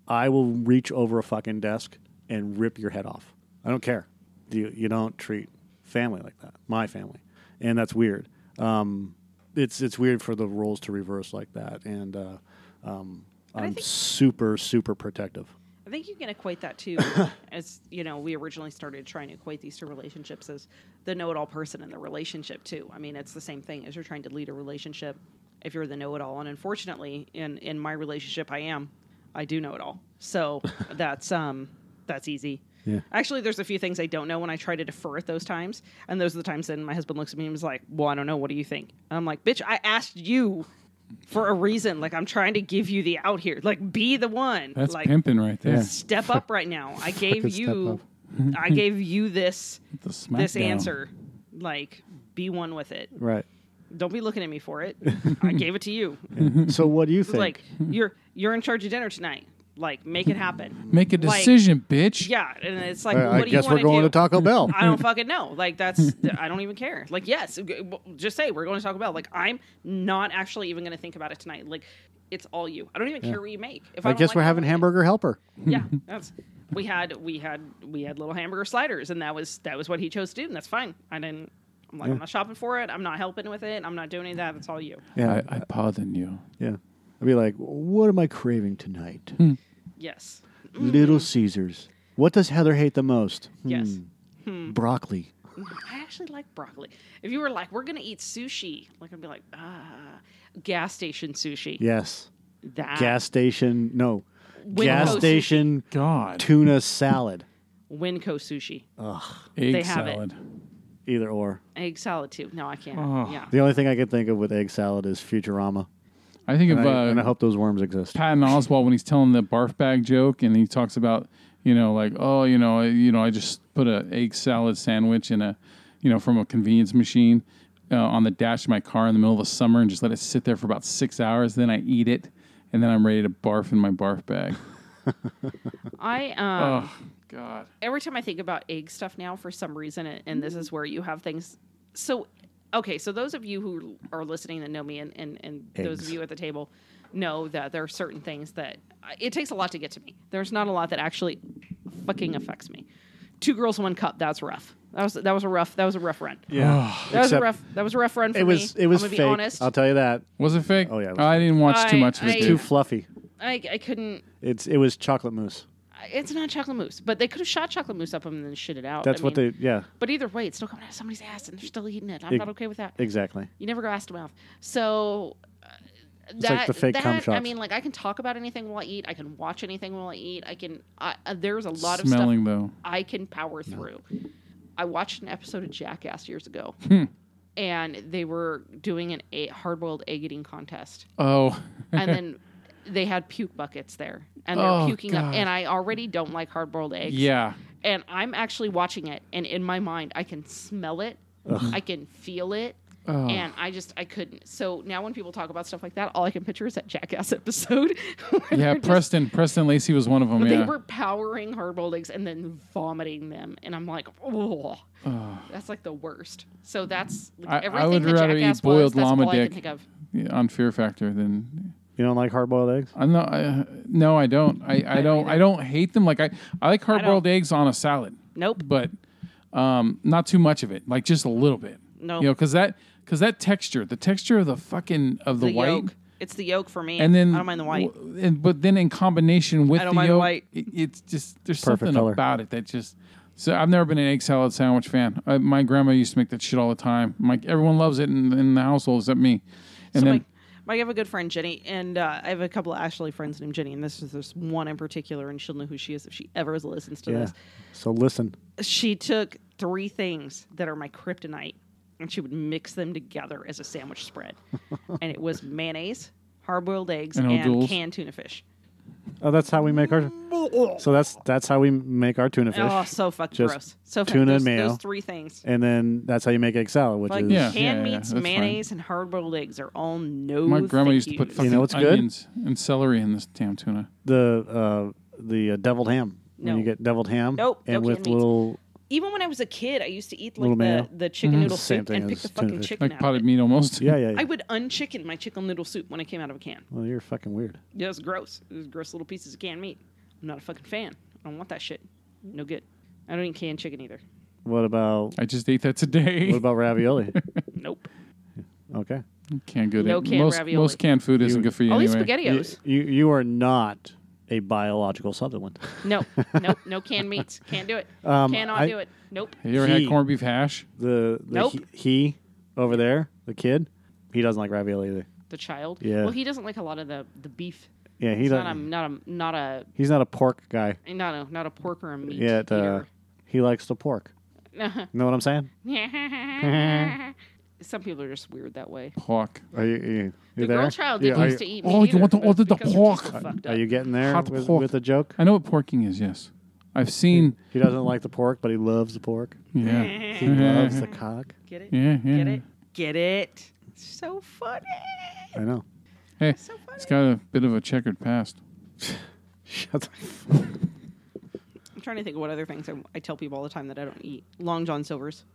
A: I will reach over a fucking desk and rip your head off. I don't care. You you don't treat family like that. My family, and that's weird. Um, it's it's weird for the roles to reverse like that, and uh, um,
B: I
A: I'm
B: think-
A: super super protective.
B: I think you can equate that to, as you know, we originally started trying to equate these two relationships as the know-it-all person and the relationship too. I mean, it's the same thing as you're trying to lead a relationship. If you're the know-it-all, and unfortunately, in in my relationship, I am. I do know it all, so that's um that's easy.
A: Yeah.
B: Actually, there's a few things I don't know when I try to defer at those times, and those are the times then my husband looks at me and is like, "Well, I don't know. What do you think?" And I'm like, "Bitch, I asked you." For a reason, like I'm trying to give you the out here, like be the one.
C: that's
B: like,
C: pimping right there.
B: step up right now. I gave
A: Fucking step
B: you, I gave you this,
C: The
B: this
C: smackdown.
B: answer. Like, be one with it.
A: Right.
B: Don't be looking at me for it.
A: [laughs]
B: I gave it to you.
A: so what do you
B: It's
A: think?
B: like you're you're in charge of dinner tonight. Like, make it happen.
C: Make a
B: Like-
C: decision, bitch.
B: Yeah, and it's like,
A: I-
B: what
A: I
B: do
A: guess
B: you
A: we're
B: want
A: going to
B: do?
A: Taco Bell.
B: I
A: [laughs]
B: don't fucking know. Like that's I don't even care. Like yes, g- well, just say we're going to talk about. Like I'm not actually even going to think about it tonight. Like it's all you. I don't even care what you make. If I,
A: I
B: don't
A: guess
B: like
A: we're
B: it, I
A: having
B: don't like it.
A: hamburger helper.
B: yeah that's we had we had we had little hamburger sliders and that was that was what he chose to do and that's fine i didn't i'm like i'm not shopping for it i'm not helping with it i'm not doing any of that it's all you
A: Yeah.
C: I, I pardon you.
A: yeah. I'd be like, what am I craving tonight?
B: yes
A: Little Caesars. What does Heather hate the most?
B: Yes.
A: Hmm. Broccoli.
B: i actually like broccoli if you were like we're gonna eat sushi like i'd be like ah gas station sushi
A: Yes.
B: that
A: Gas station. No.
B: Winco
A: Gas
B: sushi.
A: station
C: God,
A: tuna salad.
B: winco sushi
C: egg
B: they have it.
C: salad.
A: Either or.
B: egg salad too no i can't
C: Oh.
B: yeah
A: The only thing I can think of with egg salad is Futurama.
C: I think of
A: And,
C: uh,
A: I, and I hope those worms exist.
C: Patton Oswald when he's telling the barf bag joke and he talks about you know like oh you know I- you know I just put a egg salad sandwich in a you know from a convenience machine uh, on the dash of my car in the middle of the summer and just let it sit there for about six hours then I eat it and then I'm ready to barf in my barf bag.
B: i um
C: [laughs] oh God.
B: every time I think about egg stuff now, for some reason, and, and
A: Mm-hmm.
B: this is where you have things. So, okay, so those of you who are listening that know me, and and, and those of
A: Eggs.
B: you at the table know that there are certain things that it takes a lot to get to me. There's not a lot that actually fucking affects me. Two girls, one cup. That's rough. That was that was a rough that was a rough run.
A: Yeah.
B: That was a rough that was a rough run for
A: It was
B: me.
A: it was
B: I'm gonna
A: fake.
B: be honest.
A: I'll tell you that.
C: Was it fake?
A: Oh, yeah, it was
C: I didn't watch too
B: I-
C: much of
B: I-
C: it.
A: Too
C: dude.
A: fluffy.
B: I I couldn't.
A: It's it was chocolate mousse.
B: It's not chocolate mousse, but they could have shot chocolate mousse up 'em and then shit it out.
A: That's
B: I
A: what
B: mean,
A: they yeah,
B: But either way, it's still coming out of somebody's ass, and they're still eating it. I'm
A: Ig-
B: not okay with that.
A: exactly.
B: You never go ass to mouth. So uh, that,
A: like the fake cum
B: that, I
A: shots.
B: mean, like I can talk about anything while I eat. I can watch anything while I eat. I can. I, uh, there's a lot
C: Smelling
B: of stuff
C: though.
B: I can power through. I watched an episode of Jackass years ago,
C: Hmm.
B: and they were doing an a hard-boiled egg eating
C: [laughs]
B: contest,
C: Oh.
B: and then. They had puke buckets there, and they're
C: Oh,
B: puking up.
C: God.
B: And I already don't like hard-boiled eggs [laughs]
C: yeah.
B: and I'm actually watching it, and in my mind, I can smell it, I can feel it, and I just I couldn't. So now when people talk about stuff like that, all I can picture is that Jackass [laughs] episode. where
C: Yeah,
B: they're just-
C: Preston Preston Lacey was one of them.
B: They
C: yeah.
B: were powering hard-boiled eggs and then vomiting them, and I'm like, oh, that's like the worst. So that's like,
C: I- I
B: everything
C: would
B: that
C: rather eat
B: Jackass was.
C: boiled
B: That's
C: llama
B: all I can
C: dick.
B: think of.
C: Yeah, on Fear Factor than
A: You don't like hard boiled
B: Oh,
A: eggs?
C: I'm not. I, no, I
B: [laughs]
C: don't. I, I, don't. I don't hate them. Like I, I like hard boiled eggs on a salad,
B: Nope.
C: but um, not too much of it. Like just a little bit.
B: No.
C: you know, because that because that texture, the texture of the fucking of the,
B: The
C: white,
B: yolk. It's the yolk for me.
C: and then
B: I don't mind the white.
C: w- and, but then in combination with
B: I don't
C: the
B: mind the
C: yolk,
B: white.
C: it- it's just there's
A: Perfect
C: something
A: color.
C: about it that just. So I've never been an egg salad sandwich fan. I, my grandma used to make that shit all the time. Like everyone loves it in, in the household except me. And
B: So
C: then
B: my, But I have a good friend, Jenny, and uh, I have a couple of Ashley friends named Jenny, and this is this one in particular, and she'll know who she is if she ever listens to
A: Yeah.
B: this.
A: So listen.
B: She took three things that are my kryptonite, and she would mix them together as a sandwich
C: [laughs]
B: spread, and it was mayonnaise, hard-boiled eggs,
C: And
B: and,
C: O'Doul's.
B: canned tuna fish.
A: Oh, that's how we make our. So that's that's how we make our tuna fish.
B: Oh, so fucking
A: Just
B: gross. So fucking
A: tuna
B: those,
A: and mayo.
B: those three things.
A: and then that's how you make egg salad, which
B: Like
A: is
C: Yeah, yeah,
B: canned
C: yeah,
B: meats,
C: that's fine.
B: mayonnaise, and hard-boiled eggs are all no.
C: My grandma
B: thank
C: used to put
B: yous.
C: fucking
A: know what's good?
C: onions and celery in this damn tuna.
A: the uh, the uh, deviled ham.
B: No.
A: When you get deviled ham,
B: Nope, no
A: and with
B: canned meats.
A: little
B: even when I was a kid, I used to eat
A: Little
B: like
A: mayo.
B: the, the chicken
C: Mm-hmm.
B: noodle
A: Same
B: soup
A: thing
B: and pick
A: as
B: the fucking
A: tuna fish.
B: chicken
C: Like
B: out. of
C: potted
B: it.
C: meat almost.
A: yeah yeah. yeah.
B: I would unchicken my chicken noodle soup when it came out of a can.
A: well, you're fucking weird.
B: Yeah, it was gross. It was gross little pieces of canned meat. I'm not a fucking fan. I don't want that shit. No good. I don't eat canned chicken either.
A: What about
C: [laughs] I just ate that today. [laughs]
A: what about ravioli?
B: Nope.
A: Okay.
C: Can't good.
B: No
C: at-
B: canned
C: most,
B: ravioli.
C: most canned food isn't good for you
B: All these
C: anyway.
A: You, [laughs]
B: spaghettios.
A: you you are not a biological supplement.
B: No, nope. No canned meats. Can't do it.
A: Um,
B: Cannot
A: I-
B: do it. Nope.
C: Have you ever had
A: He-
C: corned beef hash?
A: the, the
B: Nope.
A: he, he over there, the kid, he doesn't like ravioli either.
B: The child.
A: Yeah.
B: Well, he doesn't like a lot of the, the beef.
A: Yeah, he
B: He's
A: doesn't.
B: not a not a not a
A: he's not a pork guy.
B: not a not a pork or a meat
A: Yeah, it, uh, he likes the pork.
B: eater.
A: You know what I'm saying?
B: [laughs]
A: [laughs]
B: Some people are just weird that way.
C: Pork.
A: Are you, you,
B: The
A: you there?
B: girl child
A: Yeah,
B: didn't
A: are,
B: used
A: you,
B: to eat meat
C: Oh, you
B: either,
C: want to
B: but
C: order the
B: because we're just
C: pork.
B: so fucked
A: are
B: up.
A: you getting there
C: Hot
A: with,
C: pork.
A: with a joke?
C: I know what porking is, yes.
B: [laughs]
C: I've seen.
A: He doesn't like the pork, but he loves the pork.
C: Yeah.
A: He
C: yeah.
A: loves the cock.
B: Get it?
C: yeah,
B: Get
C: yeah.
B: it? Get it? So funny.
A: I know. [laughs]
C: Hey,
B: So funny.
C: it's got a bit of a checkered past.
A: Shut the
B: I'm trying to think of what other things I, I tell people all the time that I don't eat. Long John Silver's.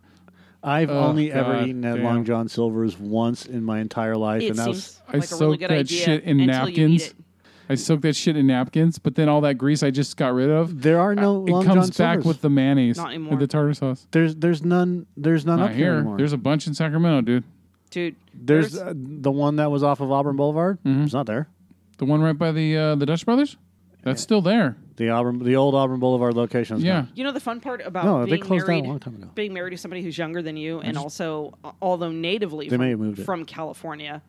A: I've
C: Oh,
A: only ever
C: God
A: eaten at
C: damn.
A: Long John Silver's once in my entire life,
B: It
A: and that
B: seems
A: was
B: like a
C: I
B: really
C: soaked
B: good
C: that
B: idea
C: shit in
B: until you eat
C: napkins.
B: it.
C: I soaked that shit in napkins, but then all that grease I just got rid of.
A: there are no
C: Uh, it
A: Long
C: comes
A: John
C: back
A: Silver's.
C: with the mayonnaise
B: Not
C: and
B: anymore.
C: the tartar sauce.
A: there's there's none there's none
C: Not
A: up
C: here.
A: anymore.
C: There's a bunch in Sacramento, dude.
B: Dude,
A: There's uh, the one that was off of Auburn Boulevard.
C: Mm-hmm.
A: It's not there.
C: The one right by the uh, the Dutch Brothers. That's still there.
A: The Auburn, the old Auburn Boulevard location. Is
C: Yeah.
A: gone.
B: you know the fun part about
A: No, they
B: being
A: closed down a
B: married,
A: long time ago.
B: being married to somebody who's younger than you, and also, uh, although natively
A: They
B: from,
A: may have moved it.
B: from California,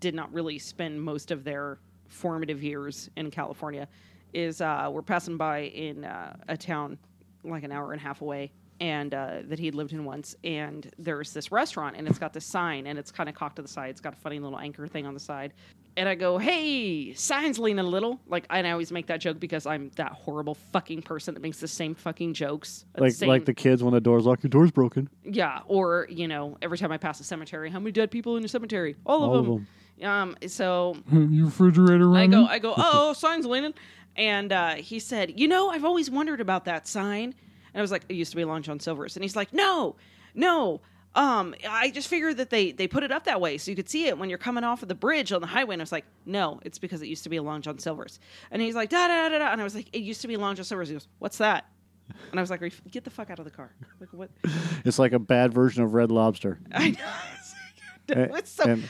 B: did not really spend most of their formative years in California. Is uh, we're passing by in uh, a town like an hour and a half away, and uh, that he had lived in once, and there's this restaurant, and it's got this sign, and it's kind of cocked to the side. It's got a funny little anchor thing on the side. And I go, hey, signs leaning a little. Like, and I always make that joke because I'm that horrible fucking person that makes the same fucking jokes. at the
A: Like
B: same-
A: like the kids when the door's locked, your door's broken.
B: yeah, or you know, every time I pass a cemetery, how many dead people in the cemetery? All,
A: All of
B: of, them. Um, so
C: Your refrigerator
B: I
C: running.
B: go, I go, oh, [laughs] sign's leaning, and uh, he said, you know, I've always wondered about that sign, and I was like, it used to be Long John Silver's, and he's like, no, no. Um, I just figured that they they put it up that way so you could see it when you're coming off of the bridge on the highway. And I was like, no, it's because it used to be a Long John Silver's. And he's like, da da da da, and I was like, it used to be a Long John Silver's. He goes, what's that? And I was like, "Are you f- get the fuck out of the car. Like what?
A: It's like a bad version of Red Lobster.
B: [laughs] I know. [laughs]
C: Eh,
A: And-
B: It's so,
A: and-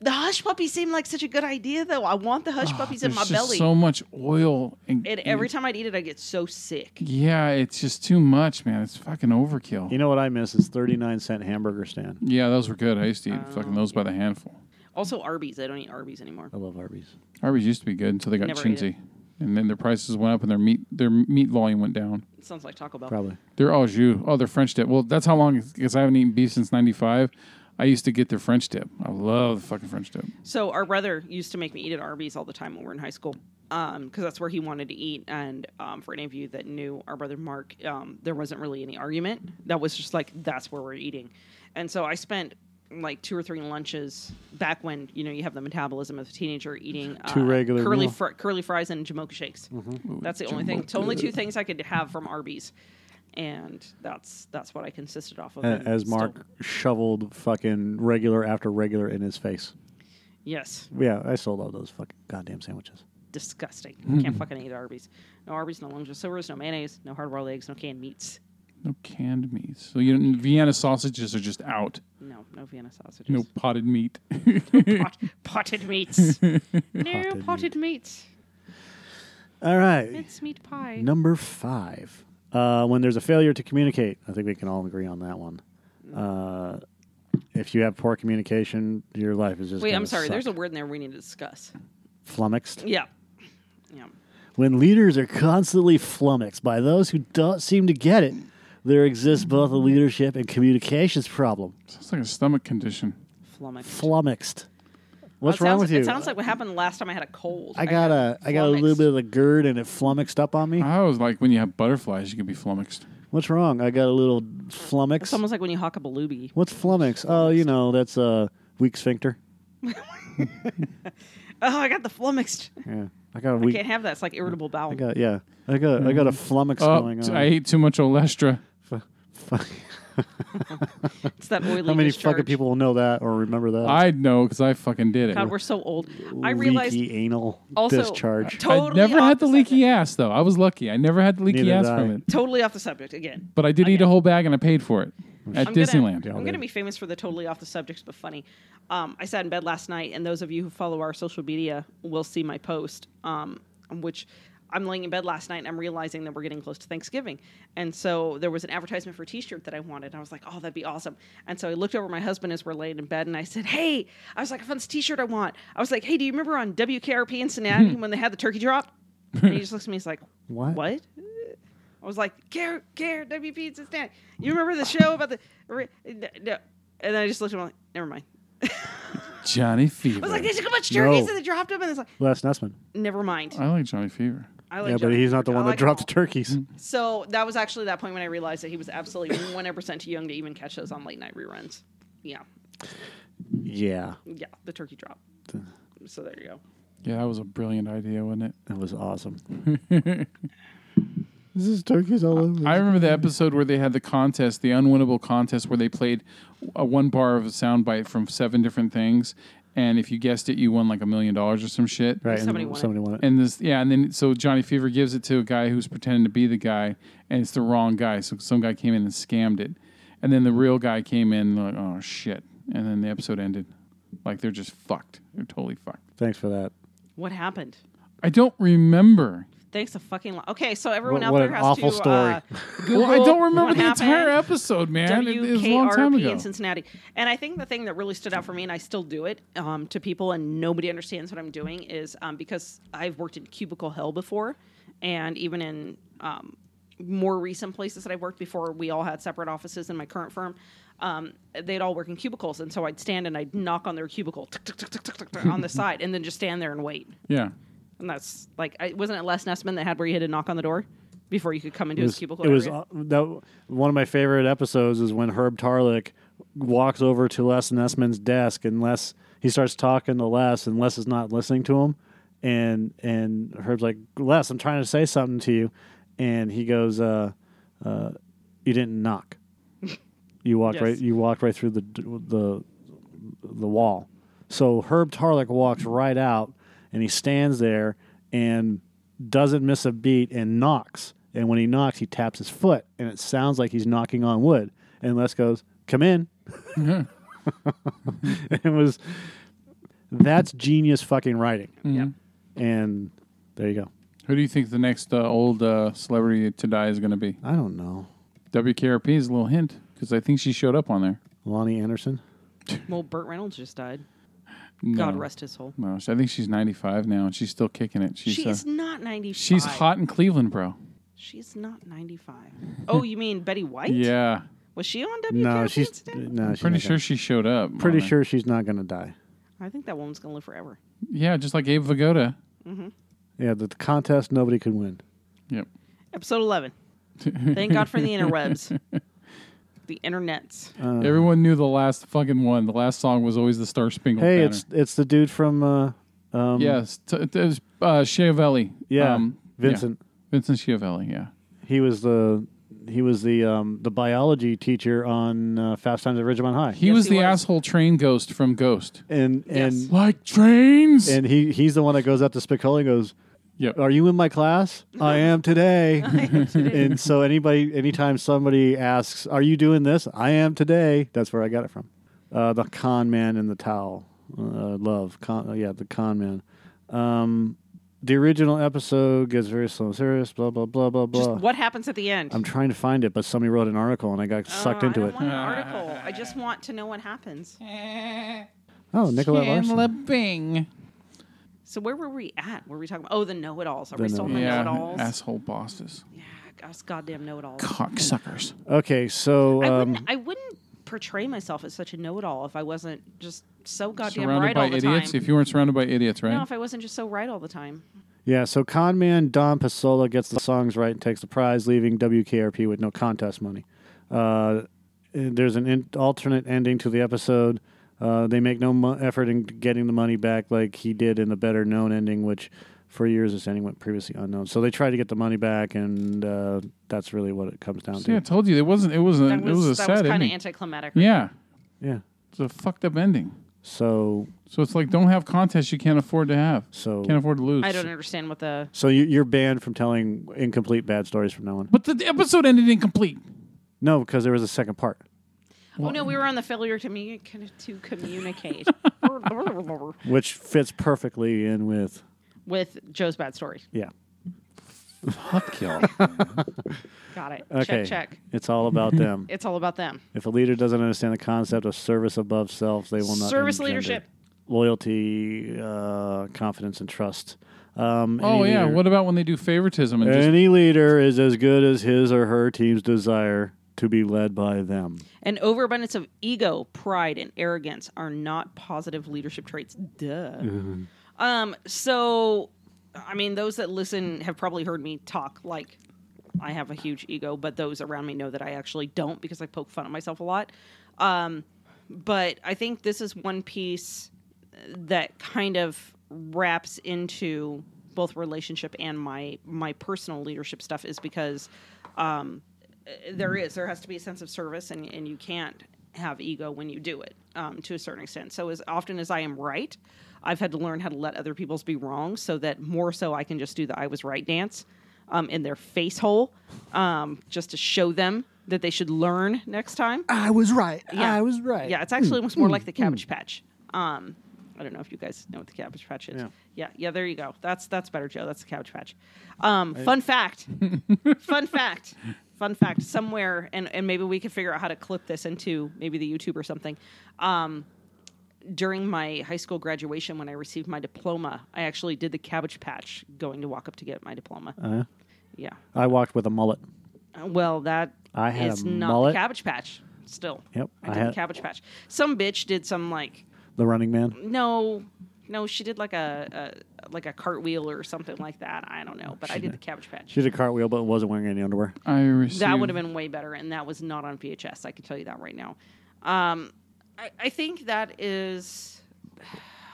B: the hush puppies seem like such a good idea, though. I want the hush puppies in
C: Ah, There's
B: my
C: just
B: belly.
C: so much oil and,
B: and every time I'd eat it, I get so sick.
C: yeah, it's just too much, man. It's fucking overkill.
A: You know what I miss is thirty nine cent hamburger stand.
C: yeah, those were good. I used to
B: Oh,
C: eat fucking those by the handful.
B: Also, Arby's. I don't eat Arby's anymore.
A: I love Arby's.
C: Arby's used to be good until they got
B: Never ate
C: chintzy, and then their prices went up and their meat their meat volume went down.
B: It sounds like Taco Bell.
A: Probably.
C: They're au jus. Oh, they're French dip. Well, that's how long because I haven't eaten beef since '95. I used to get their French dip. I love the fucking French dip.
B: So our brother used to make me eat at Arby's all the time when we were in high school, because that's where he wanted to eat. And um, for any of you that knew our brother Mark, um, there wasn't really any argument. That was just like that's where we're eating. And so I spent like two or three lunches back when you know you have the metabolism of a teenager eating uh,
A: Two regular
B: curly
A: meal. Mm-hmm.
B: fr- curly fries and Jamocha shakes. That's the only thing. It's only two things I could have from Arby's, and that's that's what I consisted off of.
A: A-
B: and
A: As
B: still-
A: Mark shoveled fucking regular after regular in his face.
B: yes,
A: Yeah, I still love those fucking goddamn sandwiches.
B: disgusting.
A: Hmm.
B: Can't fucking eat Arby's. No Arby's, no Long John Silver's, no mayonnaise, no hard boiled eggs, no canned meats.
C: No canned meats. So you Vienna sausages are just out.
B: No, no Vienna sausages.
C: No potted meat. [laughs]
A: [laughs]
B: Pot, potted meats. no potted, meats.
A: All right.
B: It's meat pie.
A: Number five.
B: Mm.
A: Uh, when there's a failure to communicate, I think we can all agree on that one. Uh, if you have poor communication, your life is just
B: Wait,
A: gonna
B: I'm sorry.
A: suck.
B: There's a word in there we need to discuss.
A: flummoxed.
B: Yeah. Yeah.
A: When leaders are constantly flummoxed by those who don't seem to get it, there exists both a leadership and communications problem.
C: Sounds like a stomach condition.
B: Flummoxed.
A: Flummoxed. What's
B: Well,
A: wrong
B: it sounds-
A: with you?
B: It sounds like what happened last time I had a cold.
A: I got a I got a little
B: flummoxed.
A: bit of the GERD and it flummoxed up on me.
C: I was like, when you have butterflies, you can be flummoxed.
A: What's wrong? I got a little flummox.
B: It's almost like when you hawk a balooby.
A: What's flummox? Oh, you know that's a weak sphincter.
B: Oh, I got the flummoxed.
A: Yeah, I got a
B: You
A: weak.
B: can't have that. It's like irritable bowel.
A: I got yeah. I got I
B: Hmm.
A: got a flummox
C: Oh,
A: going
C: t-
A: on.
C: I
A: [laughs]
C: ate too much Olestra.
A: Fuck.
B: it's that oily.
A: How many
B: discharge.
A: fucking people will know that or remember that?
C: I know because I fucking did it.
B: God, we're so old. I
A: Leaky
B: realized
A: anal
B: also-
A: discharge.
B: totally.
C: I never
B: off
C: had the leaky
B: subject.
C: ass though. I was lucky. I never had the leaky
A: Neither
C: ass
A: did I.
C: from it.
B: Totally off the subject again.
C: But I did eat a whole bag and I paid for it at
B: I'm
C: Disneyland.
B: Gonna, I'm going to be famous for the totally off the subject but funny. Um, I sat in bed last night, and those of you who follow our social media will see my post, um, which I'm laying in bed last night and I'm realizing that we're getting close to Thanksgiving. And so there was an advertisement for a t shirt that I wanted. And I was like, oh, that'd be awesome. And so I looked over at my husband as we're laying in bed and I said, hey, I was like, I found this t shirt I want. I was like, hey, do you remember on WKRP in
C: [laughs]
B: Cincinnati when they had the turkey drop? And he just looks at me, he's like,
A: What?
B: What? I was like, care, care, WP, it's stand. You remember the show about the. re- No. no." And I just looked at him like, never mind. I
C: Johnny Fever.
B: was like, there's a bunch of turkeys
A: No.
B: and they dropped them. And it's like,
A: Les Nessman.
B: never mind.
C: I like Johnny Fever.
B: I like
A: Yeah, but
B: Johnny
A: he's not the
B: Fever. I
A: one that
B: like
A: dropped the
B: them
A: turkeys.
B: all. [laughs] So that was actually that point when I realized that he
A: [coughs]
B: was absolutely 100% too young to even catch those on late night reruns. Yeah.
A: Yeah,
B: Yeah. The turkey drop. So there you go.
C: Yeah, that was a brilliant idea, wasn't it?
A: that was awesome. [laughs] this is turkeys all over.
C: I remember the episode where they had the contest, the unwinnable contest, where they played a one bar of a soundbite from seven different things, and if you guessed it, you won like a million dollars or some shit.
A: right,
B: Somebody
A: and
B: won it.
A: somebody won it.
C: And this, yeah, and then so Johnny Fever gives it to a guy who's pretending to be the guy, and it's the wrong guy. So some guy came in and scammed it, and then the real guy came in and they're like, oh shit, and then the episode ended, like they're just fucked. They're totally fucked.
A: Thanks for that.
B: What happened?
C: I don't remember.
B: Thanks a fucking lot. Okay, so everyone
A: What-
B: out
A: what
B: there
A: an
B: has
A: awful
B: to
A: story. [laughs]
B: uh,
C: Well, I don't
B: Google
C: remember
B: what
C: the entire
B: happened.
C: episode, man. It, it was a long time
B: WKRP
C: ago.
B: in Cincinnati. And I think the thing that really stood out for me, and I still do it um, to people, and nobody understands what I'm doing, is um, because I've worked in cubicle hell before, and even in um, more recent places that I've worked before, we all had separate offices in my current firm. Um, they'd all work in cubicles, and so I'd stand and I'd knock on their cubicle tick, tick, tick, tick, tick, tick, tick,
C: [laughs]
B: on the side, and then just stand there and wait.
C: yeah.
B: And that's like, I, wasn't it Les Nessman that had where you had to knock on the door before you could come into
A: It
B: his
A: was,
B: cubicle?
A: it was
B: area?
A: uh, that, one of my favorite episodes is when Herb Tarlick walks over to Les Nessman's desk and Les he starts talking to Les and Les is not listening to him and and Herb's like Les I'm trying to say something to you and he goes uh, uh, you didn't
C: [laughs]
A: knock you walked
B: Yes.
A: right you walked right through the d- the the wall so Herb Tarlick walks right out and he stands there and doesn't miss a beat and knocks. And when he knocks, he taps his foot and it sounds like he's knocking on wood. And Les goes, Come in.
C: Mm-hmm.
A: [laughs] it was that's genius fucking writing.
B: Yeah.
C: mm-hmm.
A: And there you go.
C: Who do you think the next uh, old uh, celebrity to die is going to be?
A: I don't know.
C: WKRP is a little hint because I think she showed up on there.
A: Lonnie Anderson.
B: Well, Burt Reynolds just died.
C: No.
B: God rest his soul.
C: No, she- I think she's 95 now and she's still kicking it. She's
B: she
C: uh,
B: is not 95.
C: she's hot in Cleveland, bro.
B: She's not 95. Oh, you mean Betty White?
C: Yeah,
B: Was she on WKRP?
A: No, she's
B: instead?
A: no, she's
C: pretty
A: not
C: sure
A: gonna-
C: she showed up. on
A: pretty
C: there.
A: sure she's not gonna die.
B: I think that woman's going to live forever.
C: Yeah, just like Abe Vigoda.
A: Yeah, the contest nobody could win.
C: Yep.
B: Episode 11. Thank God for the interwebs. The internets.
C: Uh,
A: Uh.
C: Everyone knew the last fucking one. The last song was always the Star Spangled
A: Hey,
C: Banner.
A: it's it's the dude from uh, um,
C: yes, t- t- it's, uh, Schiavelli.
A: Yeah,
C: Um,
A: Vincent.
C: yeah. Vincent Schiavelli. Yeah.
A: He was the he was the um, the biology teacher on uh, Fast Times at Ridgemont High.
C: He
B: Yes,
C: was
B: he
C: the
B: was.
C: asshole train ghost from Ghost.
A: and and
B: Yes.
C: Like trains.
A: and he he's the one that goes up to Spicoli and goes,
C: yep.
A: "Are you in my
B: [laughs]
A: class? I am [laughs] today." and so anybody, anytime somebody asks, "Are you doing this?" I am today. That's where I got it from. Uh, the con man in the towel. Uh, love con. Uh, yeah, the con man. Um, the original episode gets very slow and serious, blah, blah, blah, blah,
B: Just
A: blah.
B: what happens at the end?
A: I'm trying to find it, but somebody wrote an article and I got sucked
B: Uh,
A: into
B: I
A: it.
B: don't want an article. I just want to know what happens.
A: Oh, Nicolette Larson.
C: Bing.
B: So where were we at? Were we talking about? Oh, the know-it-alls. Are we
A: The
B: still on the
C: Yeah,
B: know-it-alls?
C: asshole bosses,
B: Yeah, us goddamn know-it-alls.
C: cocksuckers.
A: Okay, so
B: I
A: um,
B: wouldn't. I wouldn't portray myself as such a know-it-all if I wasn't just so goddamn
C: surrounded
B: right
C: by
B: all the
C: idiots.
B: time.
C: If you weren't surrounded by idiots, right?
B: no, if I wasn't just so right all the time.
A: yeah, so con man Don Pasola gets the songs right and takes the prize, leaving WKRP with no contest money. Uh, there's an in- alternate ending to the episode. Uh, they make no mo- effort in getting the money back, like he did in the better known ending, which for years this ending went previously unknown. So they try to get the money back, and uh, that's really what it comes down
C: See, I
A: to.
C: told you it wasn't. It was.
B: That
C: not
B: was,
C: it was a
B: that
C: sad
B: was kind of
C: ending.
B: anticlimactic.
C: yeah,
A: Yeah.
C: it's a fucked up ending.
A: So
C: So it's like don't have contests you can't afford to have.
A: so
C: Can't afford to lose.
B: I don't understand what the.
A: so you, you're banned from telling incomplete bad stories from now on.
C: But the episode ended incomplete.
A: No, because there was a second part.
B: Oh no, we were on the failure to me, to
C: [laughs]
B: communicate
A: which fits perfectly in with
B: with Joe's bad story.
A: yeah.
C: Fuck y'all.
B: Got it.
A: Okay.
B: Check check.
A: It's all
B: Mm-hmm.
A: about them.
B: It's all about them.
A: if a leader doesn't understand the concept of service above self, they will not
B: Service
A: engender
B: leadership.
A: loyalty, uh, confidence, and trust. Um,
C: [laughs] oh
A: any
C: yeah.
A: leader-
C: What about when they do favoritism and just
A: any leader is as good as his or her team's desire to be led by them.
B: An overabundance of ego, pride, and arrogance are not positive leadership traits. Duh. Um, so, I mean, those that listen have probably heard me talk like I have a huge ego, but those around me know that I actually don't because I poke fun at myself a lot. Um, but I think this is one piece that kind of wraps into both relationship and my my personal leadership stuff is because um, there is there has to be a sense of service and, and you can't have ego when you do it um, to a certain extent so as often as i am right i've had to learn how to let other people's be wrong so that more so i can just do the i was right dance um, in their face hole um, just to show them that they should learn next time
A: I was right.
B: Yeah. I was
A: right. Hmm.
B: yeah, it's actually almost more like the Cabbage Patch. Um, I don't know if you guys know what the Cabbage Patch is.
A: Yeah.
B: Yeah, yeah, there you go. That's that's better, Joe. That's the Cabbage Patch. Um, fun fact. fun fact. Fun fact. Somewhere, and and maybe we could figure out how to clip this into maybe the YouTube or something. Um, during my high school graduation, when I received my diploma, I actually did the Cabbage Patch, going to walk up to get my diploma.
A: Uh-huh.
B: yeah.
A: I walked with a mullet.
B: Uh, Well, that
A: I had
B: is
A: a
B: not
A: mullet.
B: the Cabbage Patch. Still,
A: Yep,
B: I
A: I
B: did
A: had-
B: the Cabbage Patch. Some bitch did some like
A: The running man.
B: no, no. She did like a, a like a cartwheel or something like that. I don't know, but I did the Cabbage Patch.
A: She did a cartwheel, but wasn't wearing any underwear.
C: I received
B: That would have been way better, and that was not on VHS. I can tell you that right now. Um, I, I think that is.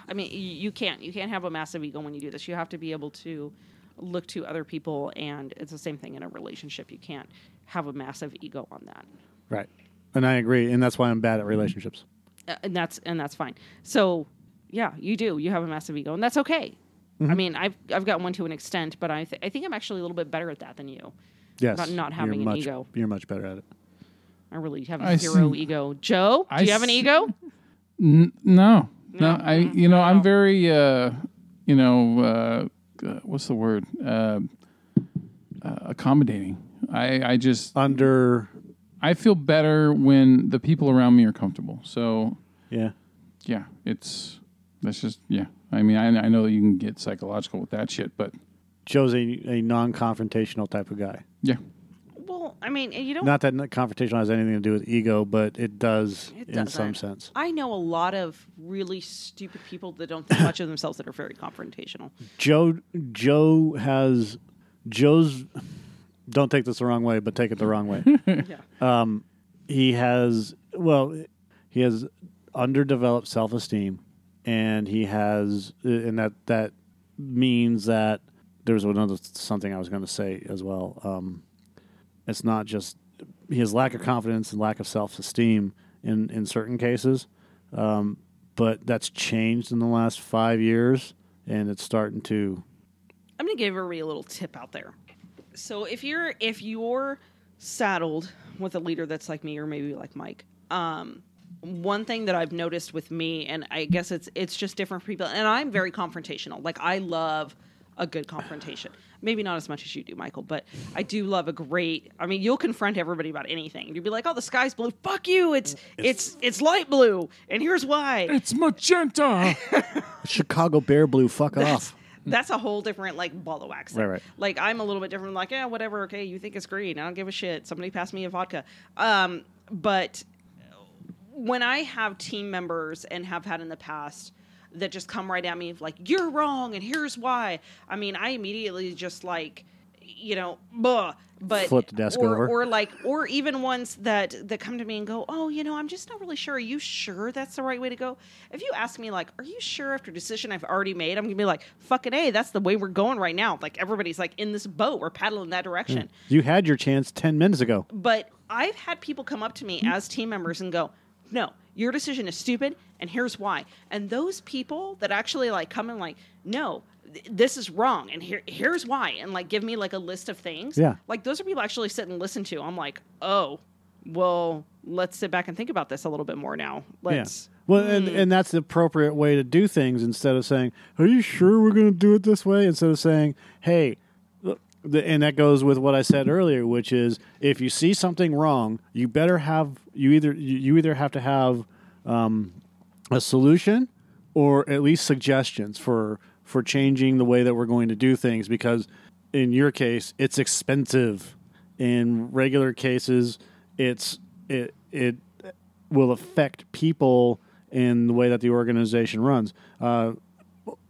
B: I mean, y- you can't you can't have a massive ego when you do this. You have to be able to look to other people, and it's the same thing in a relationship. You can't have a massive ego on that.
A: Right. And I agree, and that's why I'm bad at relationships.
B: Uh, and that's and that's fine. So, yeah, you do. You have a massive ego, and that's okay.
C: Mm-hmm.
B: I mean, I've I've got one to an extent, but I th- I think I'm actually a little bit better at that than you.
A: Yes.
B: About not
A: you're
B: having an
A: much,
B: ego.
A: You're much better at it.
B: I really have
C: I
B: zero
C: see.
B: ego. Joe, do
C: I
B: you have an
C: see.
B: ego?
C: N- no, no. I you know
B: no.
C: I'm very uh, you know uh, uh, what's the word uh, uh, accommodating. I I just
A: Under,
C: I feel better when the people around me are comfortable. So
A: yeah.
C: yeah, it's that's just yeah. I mean, I, I know that you can get psychological with that shit, but
A: Joe's a, a non-confrontational type of guy.
C: yeah,
B: Well, I mean, you don't.
A: Not that n- confrontational has anything to do with ego, but it does
B: it
A: in some
B: doesn't.
A: sense.
B: I know a lot of really stupid people that don't think much of themselves that are very confrontational.
A: Joe Joe has Joe's. Don't take this the wrong way, but take it the wrong way.
B: [laughs]
A: Um,
B: yeah.
A: he has well, he has underdeveloped self-esteem, and he has, uh, and that that means that there's another something I was going to say as well. Um, it's not just his lack of confidence and lack of self esteem in, in certain cases. Um, but that's changed in the last five years and it's starting to.
B: I'm gonna give everybody a little tip out there. So if you're if you're saddled with a leader that's like me or maybe like Mike, um, one thing that I've noticed with me, and I guess it's it's just different for people, and I'm very confrontational. Like I love a good confrontation. Maybe not as much as you do, Michael, but I do love a great. I mean, you'll confront everybody about anything. You'll be like, "Oh, the sky's blue. Fuck you. It's it's it's light blue, and here's why."
C: It's magenta.
A: Chicago Bear Blue, fuck off.
B: [laughs] That's a whole different like ball of wax.
A: Right, right.
B: Like I'm a little bit different. Like yeah, whatever. Okay, you think it's green. I don't give a shit. Somebody pass me a vodka. Um, but when I have team members and have had in the past that just come right at me like you're wrong and here's why. I mean, I immediately just like you know, buh, but
A: Flip the desk
B: or,
A: over.
B: or like or even ones that that come to me and go, "Oh, you know, I'm just not really sure. Are you sure that's the right way to go?" If you ask me like, "Are you sure after a decision I've already made?" I'm going to be like, "Fucking A, that's the way we're going right now." Like everybody's like in this boat, we're paddling that direction
A: You had your chance 10 minutes ago.
B: but I've had people come up to me as team members and go, "No, your decision is stupid, and here's why." And those people that actually like come and like, "No, th- this is wrong, and here here's why," and like give me like a list of things.
A: Yeah.
B: like those are people I actually sit and listen to. I'm like, oh, well, let's sit back and think about this a little bit more now. Let's.
A: Yeah. Well, and, and that's the appropriate way to do things instead of saying, Are you sure we're going to do it this way? Instead of saying, Hey, look," the- and that goes with what I said earlier, which is if you see something wrong, you better have, you either, you you either have to have um, a solution or at least suggestions for, for changing the way that we're going to do things because in your case, it's expensive. In regular cases, it's, it, it, will affect people in the way that the organization runs. Uh,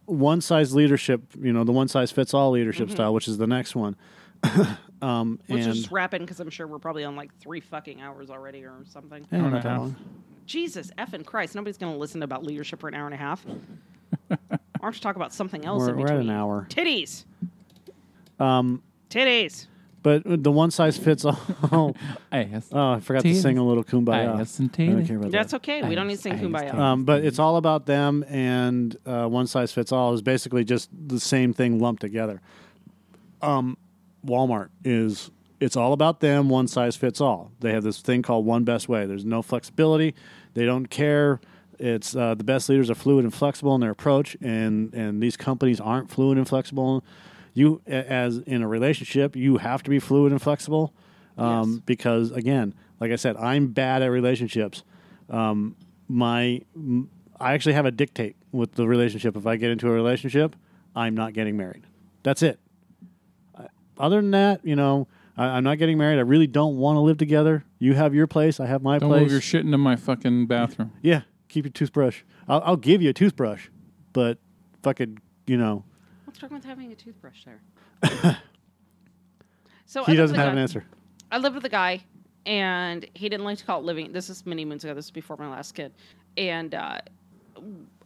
A: one size leadership, you know, the one size fits all leadership
C: Mm-hmm.
A: style, which is the next one. [laughs] um,
B: Let's
A: and
B: just wrap in because I'm sure we're probably on like three fucking hours already or something.
A: Eh, not
C: Hour and a
A: that
C: half.
A: long.
B: Jesus effing Christ! Nobody's going to listen about leadership for an hour and
A: [laughs]
B: a half. Why don't you talk about something else?
A: We're-
B: in
A: we're at an
B: between?
A: hour.
B: Titties. Um. Titties.
A: But the one size fits all. [laughs]
C: Ass.
A: oh, I forgot to
C: Titties.
A: sing a little kumbaya.
C: Ass and
A: I don't
C: titties.
A: care about
B: That's
A: that.
B: okay. We don't need to sing
C: I
B: kumbaya.
C: understand.
A: Um, but it's all about them, and uh, one size fits all is basically just the same thing lumped together. Um, Walmart is it's all about them. One size fits all. They have this thing called one best way. There's no flexibility. They don't care. It's uh, the best leaders are fluid and flexible in their approach, and and these companies aren't fluid and flexible. You a- as in a relationship, you have to be fluid and flexible. Um,
B: Yes.
A: Because again, like I said, I'm bad at relationships my m- I actually have a dictate with the relationship. If I get into a relationship, I'm not getting married. That's it. I- Other than that, you know, I, I'm not getting married. I really don't want to live together. You have your place. I have my
C: Don't
A: place.
C: move your shit into my fucking bathroom.
A: yeah, keep your toothbrush. I'll, I'll give you a toothbrush, but fucking, you know,
B: What's wrong with having a toothbrush there? so
A: he
B: I lived
A: doesn't
B: with a
A: have an
B: guy-
A: answer.
B: I lived with a guy, and he didn't like to call it living. This is many moons ago. This was before my last kid, and uh,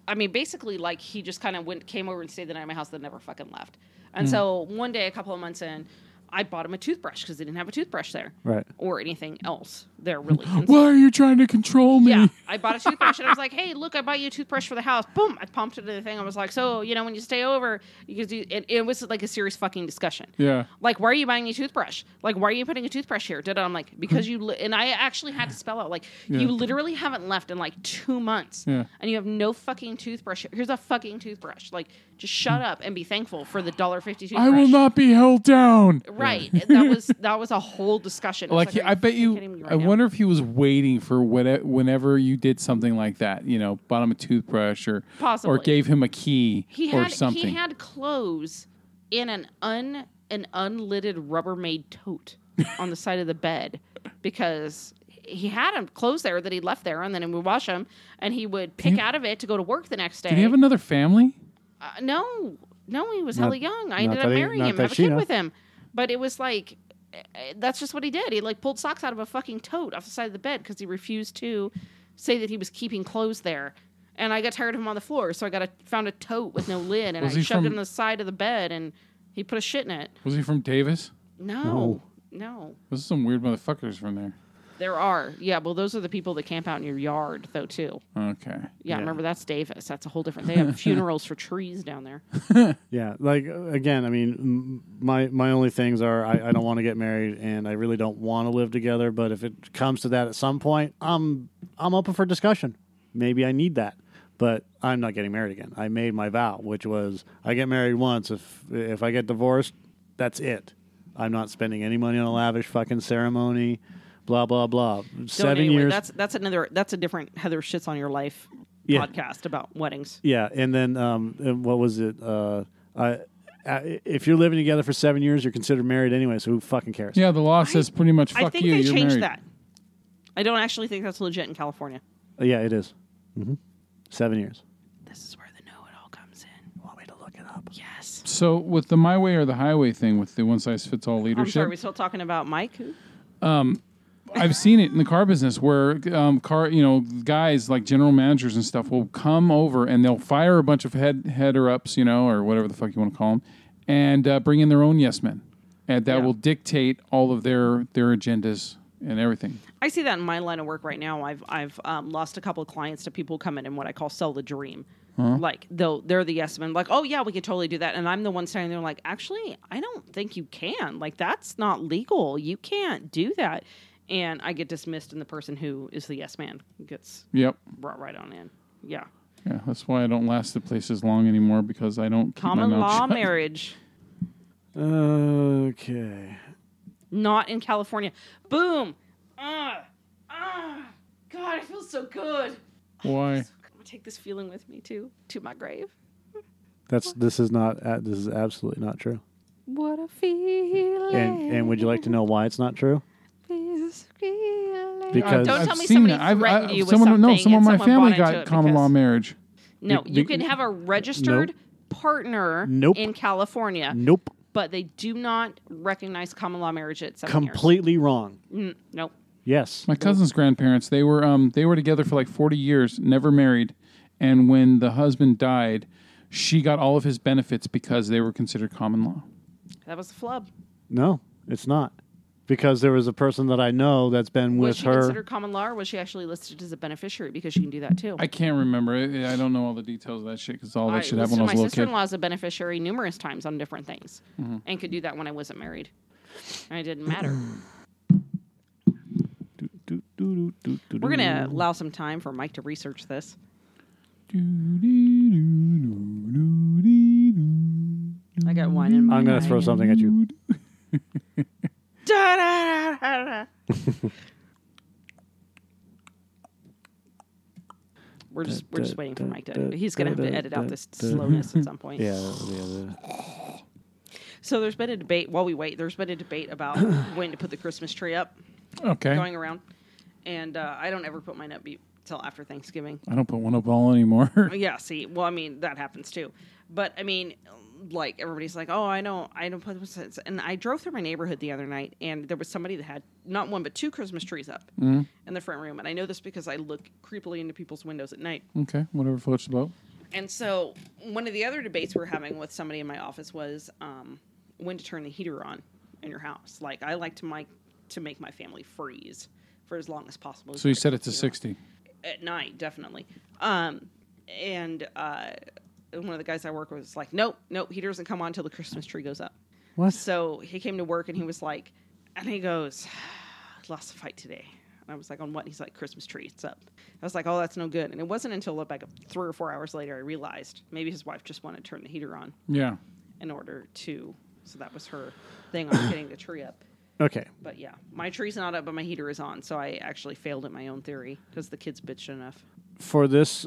B: I mean, basically, like he just kind of went, came over and stayed the night at my house, then never fucking left. And so one day, a couple of months in, I bought him a toothbrush because he didn't have a toothbrush there,
A: Right.
B: or anything else there really. And so-
C: [laughs] Why are you trying to control me? [laughs]
B: yeah, I bought a toothbrush and I was like, "Hey, look, I bought you a toothbrush for the house." Boom! I pumped it in the thing. I was like, "So, you know, when you stay over, you can do." And it was like a serious fucking discussion.
C: Yeah.
B: Like, why are you buying a toothbrush? Like, why are you putting a toothbrush here? Did I'm like
C: Mm-hmm.
B: because you li-, and I actually had to spell out like you literally haven't left in like two months,
C: Yeah.
B: and you have no fucking toothbrush. here. Here's a fucking toothbrush. Like, just shut up and be thankful for the dollar fifty toothbrush.
C: Mm. I will not be held down.
B: Right. that
C: [laughs]
B: was that was a whole discussion. was
C: Like, he-
B: are
C: I bet you.
B: kidding me right
C: I
B: now?
C: wonder if he was waiting for what, whenever you did something like that. You know, bought him a toothbrush or
B: Possibly.
C: or gave him a key
B: He
C: or
B: had
C: something.
B: he had clothes in an un an unlidded Rubbermaid
C: [laughs]
B: tote on the side of the bed because he had him clothes there that he left there, and then he would wash them, and he would pick out of it to go to work the next day.
C: Did he have another family?
B: uh, no, no, he was hella young. I ended
A: that
B: up
A: he-
B: marrying
A: not
B: him,
A: that
B: have a
A: she
B: kid
A: knows.
B: with him, but it was like. eh, eh, That's just what he did. He like pulled socks out of a fucking tote off the side of the bed because he refused to say that he was keeping clothes there. And I got tired of him on the floor, so I got a found a tote with no lid, and
C: Was
B: I
C: he
B: shoved it
C: from-
B: in the side of the bed, and he put a shit in it.
C: Was he from Davis?
B: No, no,
C: Those are some weird motherfuckers from there.
B: there are yeah. Well, those are the people that camp out in your yard though too.
C: Okay.
B: Yeah, remember that's Davis. That's a whole different.
A: [laughs]
B: They have funerals for trees down there.
A: Yeah, like uh, again, I mean, m- my my only things are I, I don't want to get married and I really don't want to live together. But if it comes to that at some point, I'm I'm open for discussion. Maybe I need that, But I'm not getting married again. I made my vow, which was I get married once. If if I get divorced, that's it. I'm not spending any money on a lavish fucking ceremony. Blah blah blah.
B: Don't
A: Seven
B: anyway,
A: years.
B: That's that's another. That's a different Heather shits on your life
A: Yeah.
B: podcast about weddings.
A: Yeah, and then um, and what was it? Uh, I, I, if you're living together for seven years, you're considered married anyway. So who fucking cares?
C: Yeah, the law says pretty much fuck
B: I think
C: you.
B: they
C: you're
B: changed
C: married.
B: that. I don't actually think that's legit in California.
A: Uh, yeah, it is. Mm-hmm. Seven years.
B: This is where the know it all comes in.
A: Want me to look it up?
B: Yes.
C: So with the my way or the highway thing with the one size fits all
B: I'm
C: leadership,
B: sorry. Are we still talking about Mike? Who?
C: I've seen it in the car business where um, car, you know, guys like general managers and stuff will come over and they'll fire a bunch of head header ups, you know, or whatever the fuck you want to call them, and uh, bring in their own yes men, and that
B: Yeah.
C: will dictate all of their their agendas and everything.
B: I see that in my line of work right now. I've I've um, lost a couple of clients to people who come in and what I call sell the dream. Like though they're the yes men, like oh yeah we could totally do that, and I'm the one standing there like actually I don't think you can. Like that's not legal. You can't do that. And I get dismissed, and the person who is the yes man gets
C: Yep.
B: brought right on in. Yeah,
C: Yeah, that's why I don't last at places long anymore because I don't keep
B: common
C: my mouth
B: law
C: shut.
B: marriage,
A: Okay.
B: not in California. Boom. Ah, ah. God, I feel so good.
C: Why?
B: I'm gonna take this feeling with me too to my grave.
A: That's this is not uh, this is absolutely not true.
B: What a feeling.
A: And and would you like to know why it's not true?
B: is feeling.
A: Because-
B: Uh, don't
C: I've
B: tell me
C: seen
B: somebody
C: it. I've-
B: threatened
C: I-
B: you with
C: someone,
B: something.
C: No, someone
B: and
C: in my
B: bought
C: family
B: into
C: got
B: it
C: common law
B: because-
C: marriage.
B: No,
C: be-
B: you
C: be-
B: can have a registered partner
A: Nope.
B: in California,
A: Nope.
B: but they do not recognize common law marriage at seven
A: Completely wrong.
B: years. Mm, nope.
A: Yes.
C: My cousin's grandparents, they were um, they were together for like 40 years, never married, and when the husband died, she got all of his benefits because they were considered common law.
B: That was a flub.
A: No, it's not. Because there was a person that I know that's been
B: Was
A: with
B: she
A: her.
B: considered common law or was she actually listed as a beneficiary? Because she can do that too.
C: I can't remember. I, I don't know all the details of that shit because all that
B: I
C: shit
B: listed
C: happened when I
B: my
C: was a little kid. Mm-hmm.
B: sister-in-law as a beneficiary numerous times on different things, and could do that when I wasn't married, and it didn't matter.
A: Do, do, do, do, do,
B: We're
A: do.
C: [clears throat]
B: gonna allow some time for Mike to research this. I got one in my.
A: I'm gonna throw something at you.
B: [laughs] We're just we're just waiting for Mike to. He's gonna have to edit out this slowness at some point.
A: Yeah. yeah, yeah.
B: So there's been a debate while we wait. There's been a
A: [coughs]
B: debate about when to put the Christmas tree up,
C: Okay.
B: going around, and uh, I don't ever put mine up be- till after Thanksgiving.
C: I don't put one up all anymore. [laughs]
B: Yeah, see, well, I mean, that happens too. But I mean, like everybody's like, oh, I know, I don't put this. it's-" And I drove through my neighborhood the other night, and there was somebody that had not one but two Christmas trees up
C: Mm-hmm.
B: in the front room. And I know this because I look creepily into people's windows at night.
C: okay, whatever floats the boat.
B: And so, one of the other debates we were having with somebody in my office was um, when to turn the heater on in your house. Like, I like to my to make my family freeze for as long as possible.
C: So you set it to
B: You know?
C: 60.
B: at night, definitely. Um, and uh, one of the guys I work with was like, nope, nope, he doesn't come on until the Christmas tree goes up.
A: What?
B: So he came to work and he was like, and he goes, lost a fight today. And I was like, on what? He's like, Christmas tree, it's up. I was like, oh, that's no good. And it wasn't until like three or four hours later I realized maybe his wife just wanted to turn the heater on
C: Yeah.
B: in order to. So that was her thing on getting the tree up.
A: Okay.
B: But yeah, my tree's not up, but my heater is on. So I actually failed at my own theory because the kids bitched enough.
A: For this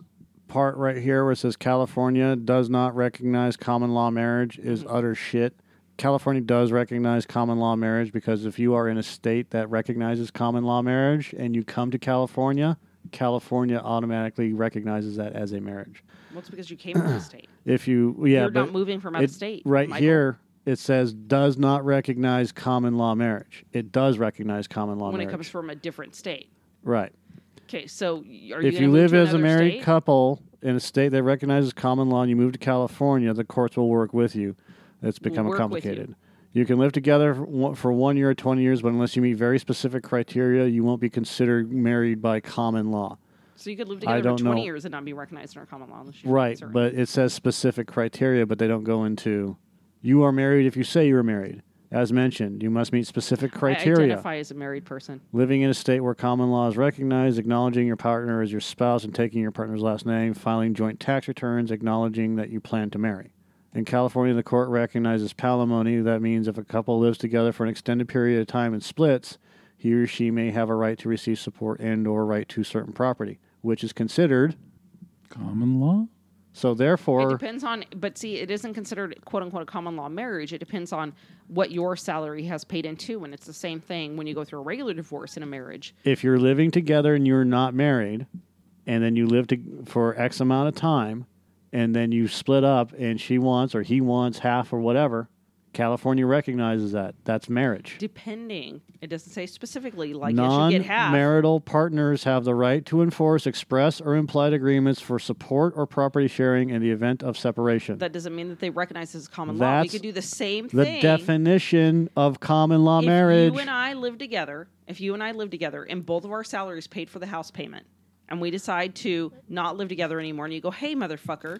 A: part right here where it says California does not recognize common law marriage is
B: Mm-hmm.
A: utter shit. California does recognize common law marriage because if you are in a state that recognizes common law marriage and you come to California, California automatically recognizes that as a marriage.
B: Well, it's because you came
A: [clears throat]
B: from the state.
A: If you yeah,
B: You're
A: but
B: not moving from out of
A: it-
B: state.
A: Right
B: Michael.
A: here, it says does not recognize common law marriage. It does recognize common law
B: When
A: marriage.
B: it comes from a different state.
A: right.
B: Okay, so y- are you
A: If
B: gonna
A: you
B: move
A: live
B: to
A: as a
B: another
A: married
B: state?
A: couple in a state that recognizes common law and you move to California, the courts will work with you. It's become
B: work with you.
A: complicated. You can live together for one- for one year or 20 years, but unless you meet very specific criteria, you won't be considered married by common law.
B: so you could live together
A: don't
B: for 20
A: know.
B: years and not be recognized in our common law. unless you-
A: Right,
B: sorry.
A: but it says specific criteria, but they don't go into you are married if you say you're married. As mentioned, you must meet specific
B: I
A: criteria.
B: identify as a married person.
A: Living in a state where common law is recognized, acknowledging your partner as your spouse and taking your partner's last name, filing joint tax returns, acknowledging that you plan to marry. In California, the court recognizes palimony. That means if a couple lives together for an extended period of time and splits, he or she may have a right to receive support and or right to certain property, which is considered.
C: Common law?
A: So therefore,
B: It depends on, but see, it isn't considered quote unquote a common law marriage. It depends on what your salary has paid into, and it's the same thing when you go through a regular divorce in a marriage.
A: if you're living together and you're not married, and then you live to, for X amount of time, and then you split up, and she wants or he wants half or whatever, California recognizes that. That's marriage.
B: Depending, it doesn't say specifically like you should get half.
A: Non-marital partners have the right to enforce express or implied agreements for support or property sharing in the event of separation.
B: that doesn't mean that they recognize this as common law. We
A: That's
B: could do the same
A: the
B: thing.
A: definition of common law
B: if
A: marriage.
B: you and I live together, if you and I live together, and both of our salaries paid for the house payment, and we decide to not live together anymore, and you go, "Hey, motherfucker,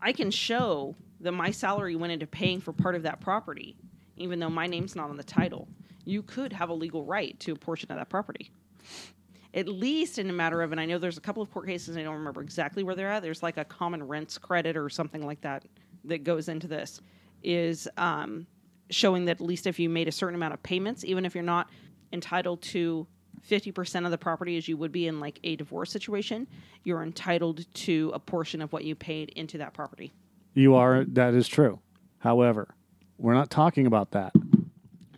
B: I can show that my salary went into paying for part of that property, even though my name's not on the title." You could have a legal right to a portion of that property. At least in a matter of, and I know there's a couple of court cases, I don't remember exactly where they're at. There's like a common rents credit or something like that that goes into this, is um, showing that at least if you made a certain amount of payments, even if you're not entitled to 50% of the property as you would be in like a divorce situation, you're entitled to a portion of what you paid into that property.
A: you are. That is true. However, we're not talking about that.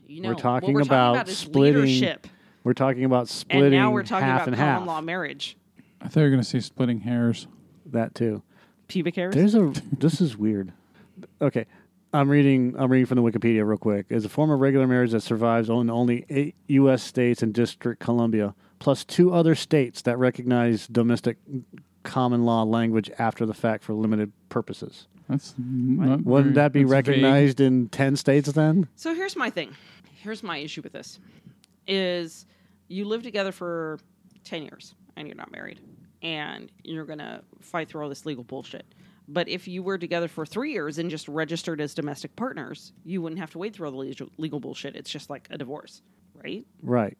B: You know,
A: we're talking,
B: what we're
A: about,
B: talking about is
A: splitting.
B: leadership.
A: We're talking about splitting
B: And now we're talking
A: half
B: about
A: and
B: common
A: half.
B: law marriage.
C: I thought you were going to say splitting hairs.
A: that too.
B: Pubic hairs?
A: There's a. this is weird. Okay, I'm reading. I'm reading from the Wikipedia real quick. Is a form of regular marriage that survives in only eight U.S. states and District Columbia, plus two other states that recognize domestic common law language after the fact for limited purposes.
C: That's not very-
A: Wouldn't that be
C: that's vague.
A: recognized in ten states then?
B: So here's my thing. Here's my issue with this is you live together for 10 years and you're not married and you're going to fight through all this legal bullshit. But if you were together for 3 years and just registered as domestic partners, you wouldn't have to wait through all the legal, legal bullshit. It's just like a divorce, right?
A: Right.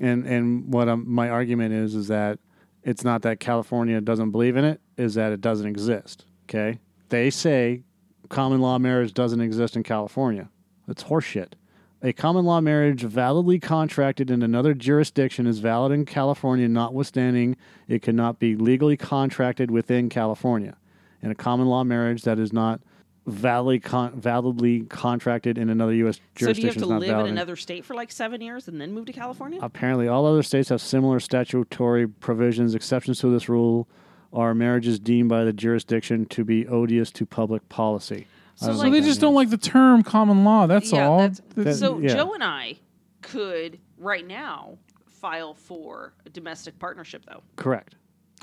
A: And and what I'm, my argument is is that it's not that California doesn't believe in it, is that it doesn't exist. Okay? They say common law marriage doesn't exist in California. That's horseshit. A common law marriage validly contracted in another jurisdiction is valid in California, notwithstanding it cannot be legally contracted within California. And a common law marriage that is not validly con- validly contracted in another U.S.
B: So
A: jurisdiction
B: do you have to
A: is not
B: live
A: valid Uh,
B: in another state for like 7 years and then move to California?
A: Apparently, all other states have similar statutory provisions. Exceptions to this rule are marriages deemed by the jurisdiction to be odious to public policy. Uh, I
B: So,
A: don't know
B: like-
C: So
A: what
C: they
A: that
C: just
A: means.
C: don't like the term common law. That's all.
A: That-
B: so
A: yeah.
B: Joe and I could right now file for a domestic partnership though.
A: correct,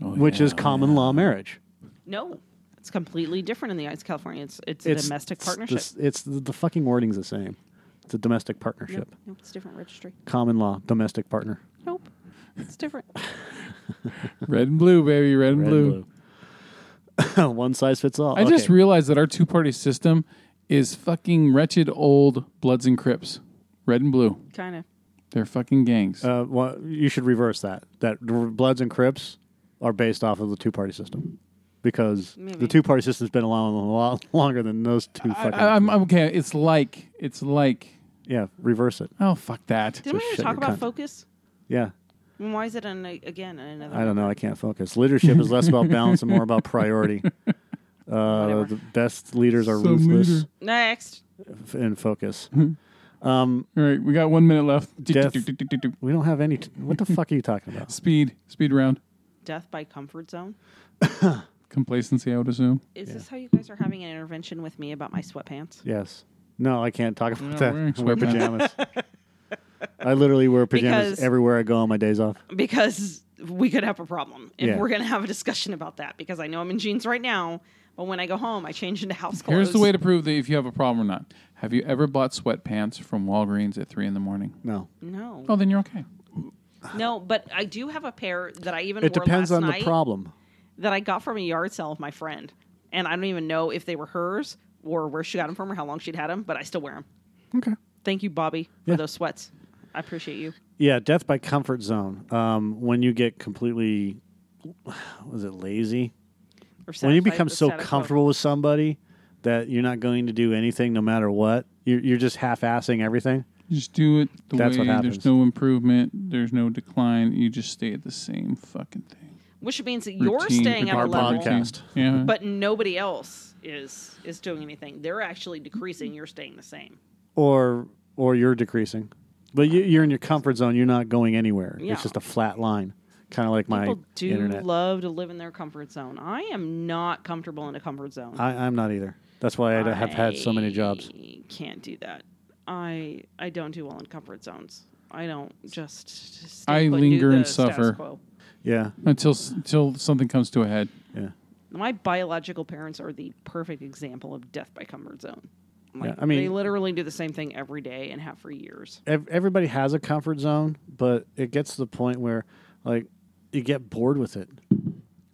C: Oh,
A: which
C: yeah.
A: is common law marriage.
B: No, it's completely different in the eyes of California. It's it's, a domestic
A: it's
B: partnership.
A: The, it's the, the fucking wording's the same. It's a domestic partnership,
B: Nope, nope, it's different registry.
A: common law domestic partner.
B: Nope, it's different.
C: Red and blue, baby. Red and
A: Red
C: blue.
A: and blue. [laughs] One size fits all.
C: I
A: okay.
C: just realized that our two party system is fucking wretched old Bloods and Crips. Red and blue.
B: kind of.
C: They're fucking gangs.
A: uh, well, you should reverse that. That r- Bloods and Crips are based off of the two party system because the
B: Maybe.
A: two party system's been around a lot longer than those two
C: I,
A: fucking.
C: am okay. It's like, it's like,
A: yeah, reverse it.
C: oh, fuck that.
B: Didn't we
A: shut
B: already talk
A: your
B: about
A: cunt.
B: focus?
A: Yeah,
B: I mean, why is it on a- again on another?
A: I don't know. I can't focus. Leadership is less
C: [laughs]
A: about balance and more about priority. Uh,
B: Whatever.
A: the best leaders are
C: Some
A: ruthless
C: leader. Hmm.
B: Next,
A: f- and
C: [laughs]
A: focus.
C: All right, we got one minute left.
A: Death. We don't have any. T- what the fuck are you talking
C: [laughs]
A: about?
C: Speed, speed round.
B: death by comfort zone.
C: Complacency, I would assume.
B: Is this how you guys are having an intervention with me about my sweatpants?
A: Yes. No, I can't talk about
C: You're not
A: that.
C: wearing
A: I wear
C: sweatpants.
A: pajamas. I literally wear pajamas
B: Because-
A: everywhere I go on my days off.
B: Because we could have a problem if
A: Yeah.
B: we're going to have a discussion about that. Because I know I'm in jeans right now, but when I go home, I change into house clothes.
C: Here's the way to prove that if you have a problem or not. Have you ever bought sweatpants from Walgreens at three in the morning?
A: No.
B: No,
C: Oh, then you're okay.
B: no, but I do have a pair that I even
A: It
B: wore
A: depends
B: last
A: on
B: night.
A: the problem.
B: that I got from a yard sale of my friend, and I don't even know if they were hers or where she got them from or how long she'd had them, but I still wear them.
A: Okay.
B: Thank you, Bobby, for
A: Yeah.
B: those sweats. I appreciate you.
A: Yeah, death by comfort zone. Um, when you get completely, was it lazy?
B: Or
A: when you
B: satisfied-
A: become so
B: satisfied.
A: comfortable with somebody that you're not going to do anything no matter what, you're, you're just half-assing everything.
C: Just do it the
A: That's
C: way.
A: what happens.
C: there's no improvement. There's no decline. You just stay at the same fucking thing.
B: which means that you're
C: Routine,
B: staying at a
A: our
C: regardless of
B: level,
A: podcast.
C: routine. Yeah.
B: but nobody else is is doing anything. They're actually decreasing. You're staying the same.
A: or or you're decreasing, but you, you're in your comfort zone. You're not going anywhere.
B: Yeah.
A: It's just a flat line, kind of like my
B: People do
A: internet.
B: love to live in their comfort zone. I am not comfortable in a comfort zone.
A: I, I'm not either. That's why I have had so many jobs.
B: I Can't do that. I I don't do well in comfort zones. I don't just. stay
C: I
B: put and do
C: linger and
B: the status
C: suffer.
B: quo.
A: Yeah,
C: until s- until something comes to a head.
A: yeah.
B: My biological parents are the perfect example of death by comfort zone. Like,
A: Yeah, I mean-
B: they literally do the same thing every day and have for years.
A: Ev- everybody has a comfort zone, but it gets to the point where like you get bored with it.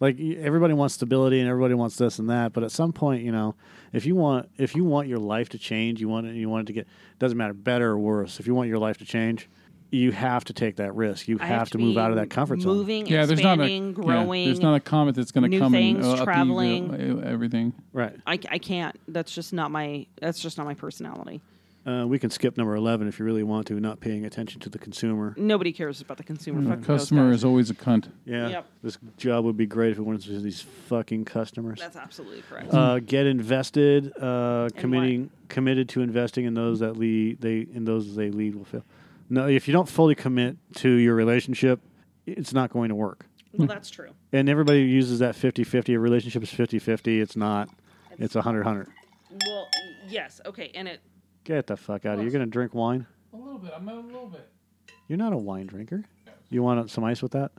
A: Like y- everybody wants stability and everybody wants this and that, but at some point, you know, if you want if you want your life to change, you want it, you want it to get doesn't matter better or worse. If you want your life to change, you have to take that risk. You
B: I
A: have, to, move
B: be
A: out of that comfort zone.
B: Moving,
C: Yeah, there's not a
B: expanding,
C: yeah,
B: growing.
C: there's not a comment that's going to
B: new
C: come
B: things,
C: and uh, upheave
B: traveling.
C: the- everything.
A: Right.
B: I, I can't. That's just not my. That's just not my personality.
A: Uh, we can skip number 11 if you really want to, not paying attention to the consumer.
B: Nobody cares about the consumer.
C: The
B: Fuck those
C: Mm, customer
B: guys.
C: is always a cunt.
A: Yeah.
B: Yep.
A: This job would be great if it wasn't for these fucking customers.
B: That's absolutely correct.
A: uh, get invested, uh,
B: what?
A: committing committed to investing in those that lead they in those they lead will fail. No, if you don't fully commit to your relationship, it's not going to work.
B: well, that's true.
A: And everybody uses that 50-50. A relationship is 50-50. It's not. It's 100-100.
B: Well, yes. Okay, and it.
A: Get the fuck out of here. You're going to drink wine?
C: A little bit. I'm a little bit.
A: You're not a wine drinker. You want some ice with that?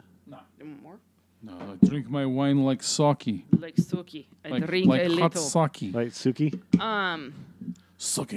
B: More
C: No, I drink my wine like sake,
B: like suki. I
C: like
B: drink
C: like
B: a
C: hot
B: little.
C: sake.
A: Right, Suki?
B: um,
C: Sake.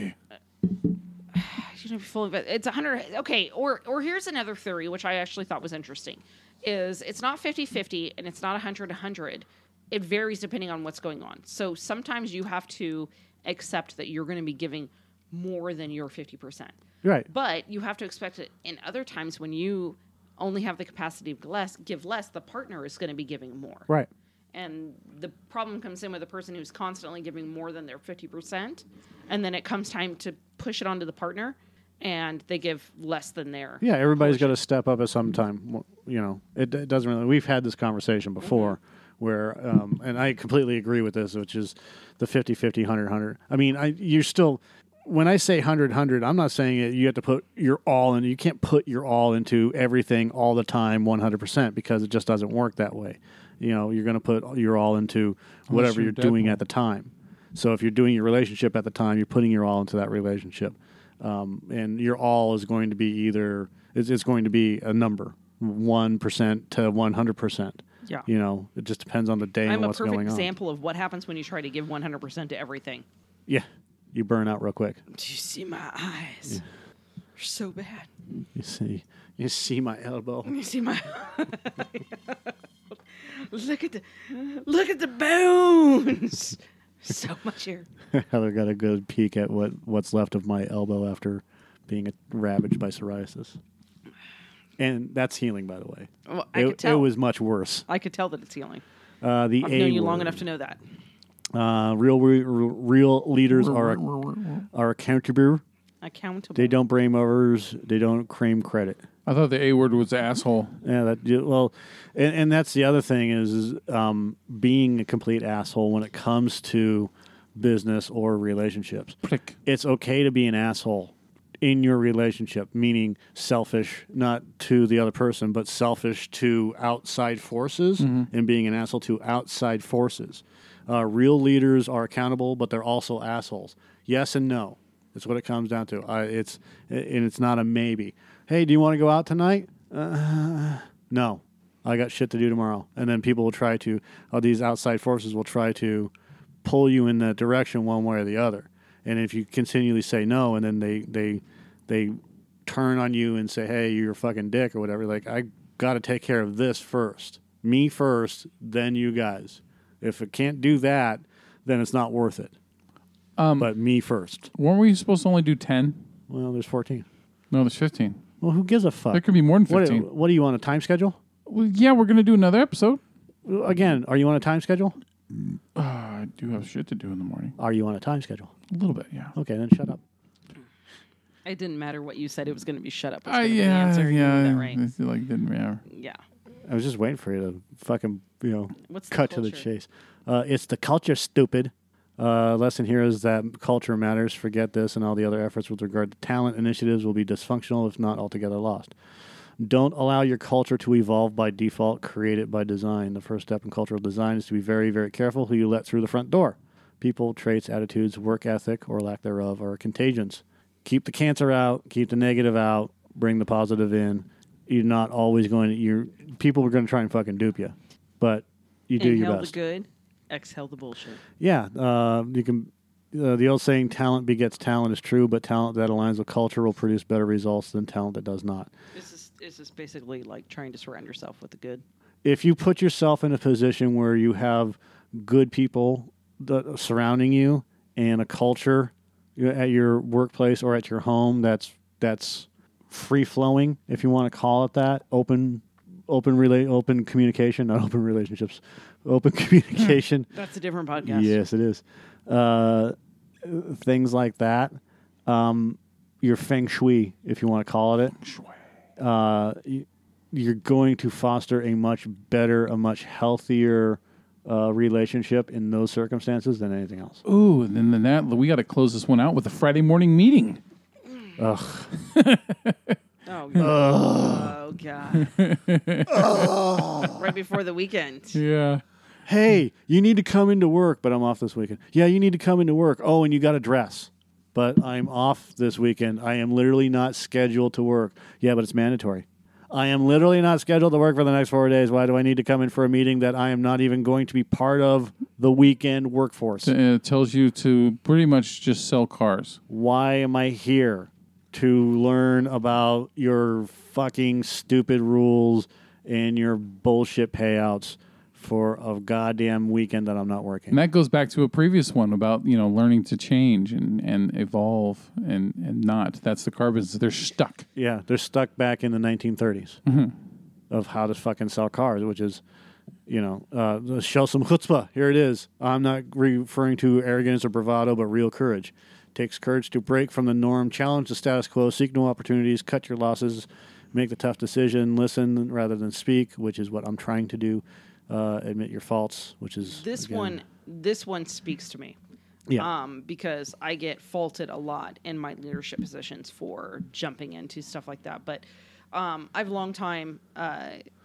B: you know, full of it. It's a hundred. Okay, or or here's another theory which I actually thought was interesting, is it's not 50-50 and it's not 100 100. It varies depending on what's going on. So sometimes you have to accept that you're going to be giving more than your fifty percent.
A: Right.
B: But you have to expect it. In other times when you only have the capacity to less, give less, the partner is going to be giving more.
A: Right.
B: And the problem comes in with a person who's constantly giving more than their 50%. And then it comes time to push it onto the partner and they give less than their.
A: Yeah, everybody's got to step up at some time. You know, it, it doesn't really. We've had this conversation before where, um, and I completely agree with this, which is the 50 50, 100 100. I mean, I, you're still, when I say 100 100, I'm not saying it, you have to put your all in. You can't put your all into everything all the time 100% because it just doesn't work that way. You know, you're going to put your all into whatever
C: you're
A: you're doing
C: Deadpool.
A: at the time. So if you're doing your relationship at the time, you're putting your all into that relationship, um, and your all is going to be either it's, it's going to be a number, one percent to one hundred percent.
B: Yeah.
A: you know, it just depends on the day
B: I'm
A: and
B: a
A: what's
B: perfect
A: going on.
B: example of what happens when you try to give 100% to everything.
A: Yeah, you burn out real quick.
B: Do you see my eyes? They're so bad.
A: You see, [laughs] you see my
B: [laughs]
A: elbow. [laughs]
B: You see my. look at the, look at the [laughs] bones. so much hair.
A: Heather got a good peek at what what's left of my elbow after being ravaged by psoriasis, and that's healing, by the way.
B: Well, I
A: it,
B: could tell.
A: it was much worse.
B: I could tell that it's healing.
A: Uh, the
B: I've
A: A
B: known you long
A: word.
B: enough to know that.
A: Uh, real re- real leaders are are accountable.
B: Accountable.
A: They don't blame others. They don't claim credit.
C: I thought the A word was asshole.
A: Yeah, that yeah, well, and, and that's the other thing is, is um, being a complete asshole when it comes to business or relationships.
C: Prick.
A: It's okay to be an asshole in your relationship, meaning selfish not to the other person, but selfish to outside forces and being an asshole to outside forces. Uh, real leaders are accountable, but they're also assholes. Yes and no. It's what it comes down to. I, it's and it's not a maybe. Hey, do you want to go out tonight? no, I got shit to do tomorrow. And then people will try to, or these outside forces will try to pull you in that direction one way or the other. And if you continually say no, and then they they they turn on you and say, "Hey, you're a fucking dick" or whatever. Like I got to take care of this first, me first, then you guys. If it can't do
C: Um,
A: that, then it's not worth it. but me first.
C: Weren't we supposed to only do ten?
A: Well, there's 14.
C: No, there's 15.
A: Well, who gives a fuck?
C: There could be more than
A: what,
C: 15.
A: what do you on a time schedule?
C: Well, yeah, we're going to do another episode.
A: Again, are you on a time schedule?
C: Ah, I do have shit to do in the morning.
A: Are you on a time schedule?
C: A little bit, yeah.
A: Okay, then shut up.
B: It didn't matter what you said. It was going to be shut up. was
C: Uh,
B: gonna be the
C: yeah,
B: answer. You
C: yeah. Mm-hmm.
B: knew that, right?
C: It's like didn't matter.
B: Yeah.
A: I was just waiting for you to fucking, you know,
B: What's the
A: cut to the
B: culture?
A: chase. Uh, it's the culture, stupid. Uh, lesson here is that culture matters. Forget this and all the other efforts with regard to talent initiatives will be dysfunctional, if not altogether lost. Don't allow your culture to evolve by default, create it by design. The first step in cultural design is to be very, very careful who you let through the front door. People, traits, attitudes, work ethic, or lack thereof, are contagions. Keep the cancer out, keep the negative out, bring the positive in. You're not always going to, you're, people are going to try and fucking dupe you, but you do
B: Inhale
A: your best.
B: the good, exhale the bullshit.
A: Yeah, uh, you can. Uh, the old saying "talent begets talent" is true, but talent that aligns with culture will produce better results than talent that does not.
B: This is this is basically like trying to surround yourself with the good.
A: If you put yourself in a position where you have good people that surrounding you and a culture you know, at your workplace or at your home that's that's free flowing, if you want to call it that, open, open relay, open communication, not [laughs] open relationships, open communication.
B: That's a different podcast.
A: Yes, it is. Uh, things like that. Um, your feng shui, if you want to call it it, uh, y- you're going to foster a much better, a much healthier uh, relationship in those circumstances than anything else.
C: Ooh, and then, then that we got to close this one out with a Friday morning meeting. [laughs]
B: Oh god. Oh god. Oh,
C: [laughs]
B: right before the weekend.
C: Yeah.
A: Hey, you need to come into work, but I'm off this weekend. Yeah, you need to come into work. Oh, and you got to dress. But I'm off this weekend. I am literally not scheduled to work. Yeah, but it's mandatory. I am literally not scheduled to work for the next four days. Why do I need to come in for a meeting that I am not even going to be part of the weekend workforce?
C: And it uh, tells you to pretty much just sell cars.
A: Why am I here to learn about your fucking stupid rules and your bullshit payouts for a goddamn weekend that I'm not working?
C: And that goes back to a previous one about, you know, learning to change and, and evolve and, and not. That's the car business. They're stuck.
A: Yeah, they're stuck back in the 1930s
C: Mm-hmm.
A: of how to fucking sell cars, which is, you know, uh, show some chutzpah. Here it is. I'm not referring to arrogance or bravado, but real courage. Takes courage to break from the norm, challenge the status quo, seek new opportunities, cut your losses, make the tough decision, listen rather than speak, which is what I'm trying to do. Uh, admit your faults, which is
B: This
A: again-
B: one this one speaks to me.
A: Yeah,
B: um, because I get faulted a lot in my leadership positions for jumping into stuff like that. But um, I've long time uh,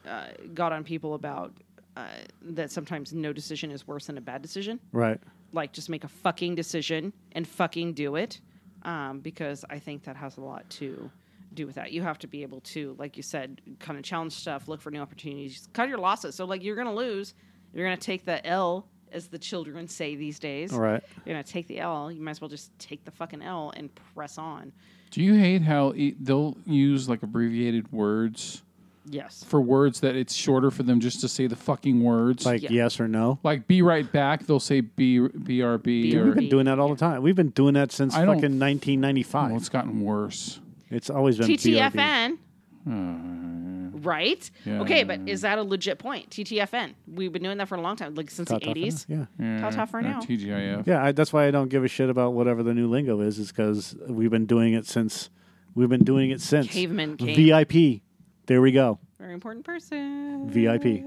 B: uh, got on people about uh, that sometimes no decision is worse than a bad decision.
A: right.
B: Like just make a fucking decision and fucking do it, um, because I think that has a lot to do with that. You have to be able to, like you said, kind of challenge stuff, look for new opportunities, cut your losses. So like you're gonna lose, you're gonna take the L. As the children say these days,
A: All right.
B: you're gonna take the L. You might as well just take the fucking L and press on.
C: Do you hate how e they'll use like abbreviated words
B: Yes.
C: for words that it's shorter for them just to say the fucking words?
A: Like
B: Yeah.
A: yes or no.
C: like be right back, they'll say B, BRB
A: We've
C: or
A: been doing that all the time. We've been doing that since
C: I
A: fucking
C: don't-
A: 1995.
C: well, it's gotten worse.
A: It's always been BRB.
B: TTFN. Right.
C: Hmm. Yeah.
B: Okay, but is that a legit point? TTFN. We've been doing that for a long time, like since
A: Ta-
B: the
A: ta- ta-
B: eighties.
A: Yeah,
C: Yeah,
B: Ta-ta for
C: or
B: now.
C: TGIF.
A: yeah. I, that's why I don't give a shit about whatever the new lingo is. Is because we've been doing it since we've been doing it since
B: Caveman came.
A: VIP. There we go.
B: Very important person.
A: VIP.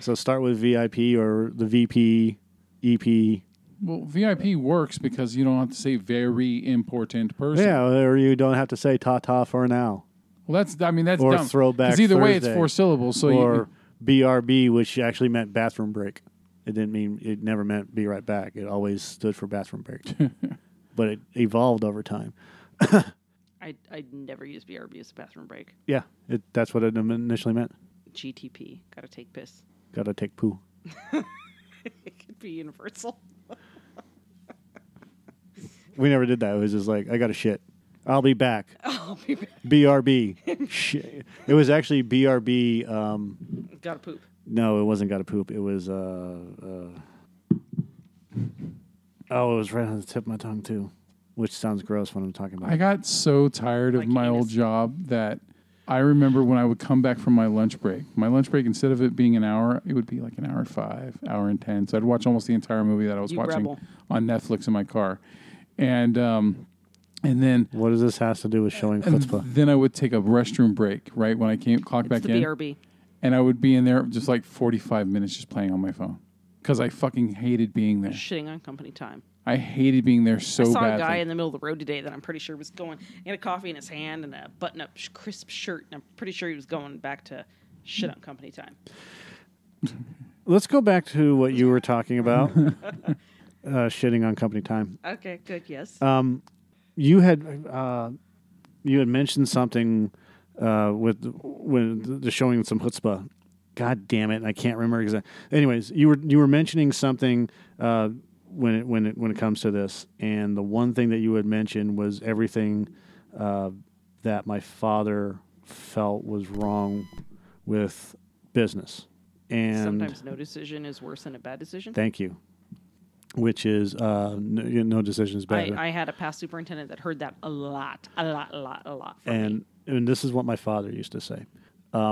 A: So start with VIP or the E VP, EP.
C: Well, VIP works because you don't have to say very important person.
A: Yeah, or you don't have to say ta ta for now
C: Well, that's I mean that's
A: Or
C: dumb.
A: throwback
C: 'Cause either way, it's
A: Thursday.
C: four syllables. So
A: or BRB, which actually meant bathroom break. It didn't mean it never meant be right back. It always stood for bathroom break, but it evolved over time.
B: I I'd never use BRB as a bathroom break.
A: Yeah, it, that's what it initially meant.
B: GTP. Gotta take piss. [laughs]
A: Gotta take poo.
B: It could be universal. [laughs]
A: We never did that. It was just like, I got to shit. I'll be back.
B: I'll be back.
A: BRB. Shit. It was actually BRB. Um,
B: Gotta poop.
A: no, it wasn't got to poop. It was. Uh, uh, oh, it was right on the tip of my tongue, too. which sounds gross when I'm talking about
C: I
A: it.
C: got so tired of
B: Like
C: my
B: anus.
C: old job that I remember when I would come back from my lunch break. My lunch break, instead of it being an hour, it would be like an hour and five, hour and ten. So I'd watch almost the entire movie that I was
B: You
C: watching
B: rebel.
C: on Netflix in my car, and um, and then
A: What does this has to do with showing
C: and
A: chutzpah?
C: then I would take a restroom break right when I came clock
B: It's
C: back
B: the
C: in,
B: BRB.
C: and I would be in there just like forty five minutes just playing on my phone because I fucking hated being there.
B: Shitting on company time.
C: I hated being there so
B: I saw
C: badly.
B: a guy in the middle of the road today that I'm pretty sure was going. He had a coffee in his hand and a button-up sh- crisp shirt, and I'm pretty sure he was going back to shit on company time.
A: Let's go back to what you were talking
C: [laughs]
A: about, uh, shitting on company time.
B: Okay, good. Yes.
A: Um, you had uh, you had mentioned something uh, with when the showing some chutzpah. God damn it! I can't remember exactly. Anyways, you were you were mentioning something uh, when it when it when it comes to this, and the one thing that you had mentioned was everything uh, that my father felt was wrong with business, and
B: Sometimes no decision is worse than a bad decision.
A: thank you, which is uh, no, you know, no decision is
B: I,
A: better.
B: I had a past superintendent that heard that a lot, a lot, a lot, a lot. From me.
A: and and this is what my father used to say. Um,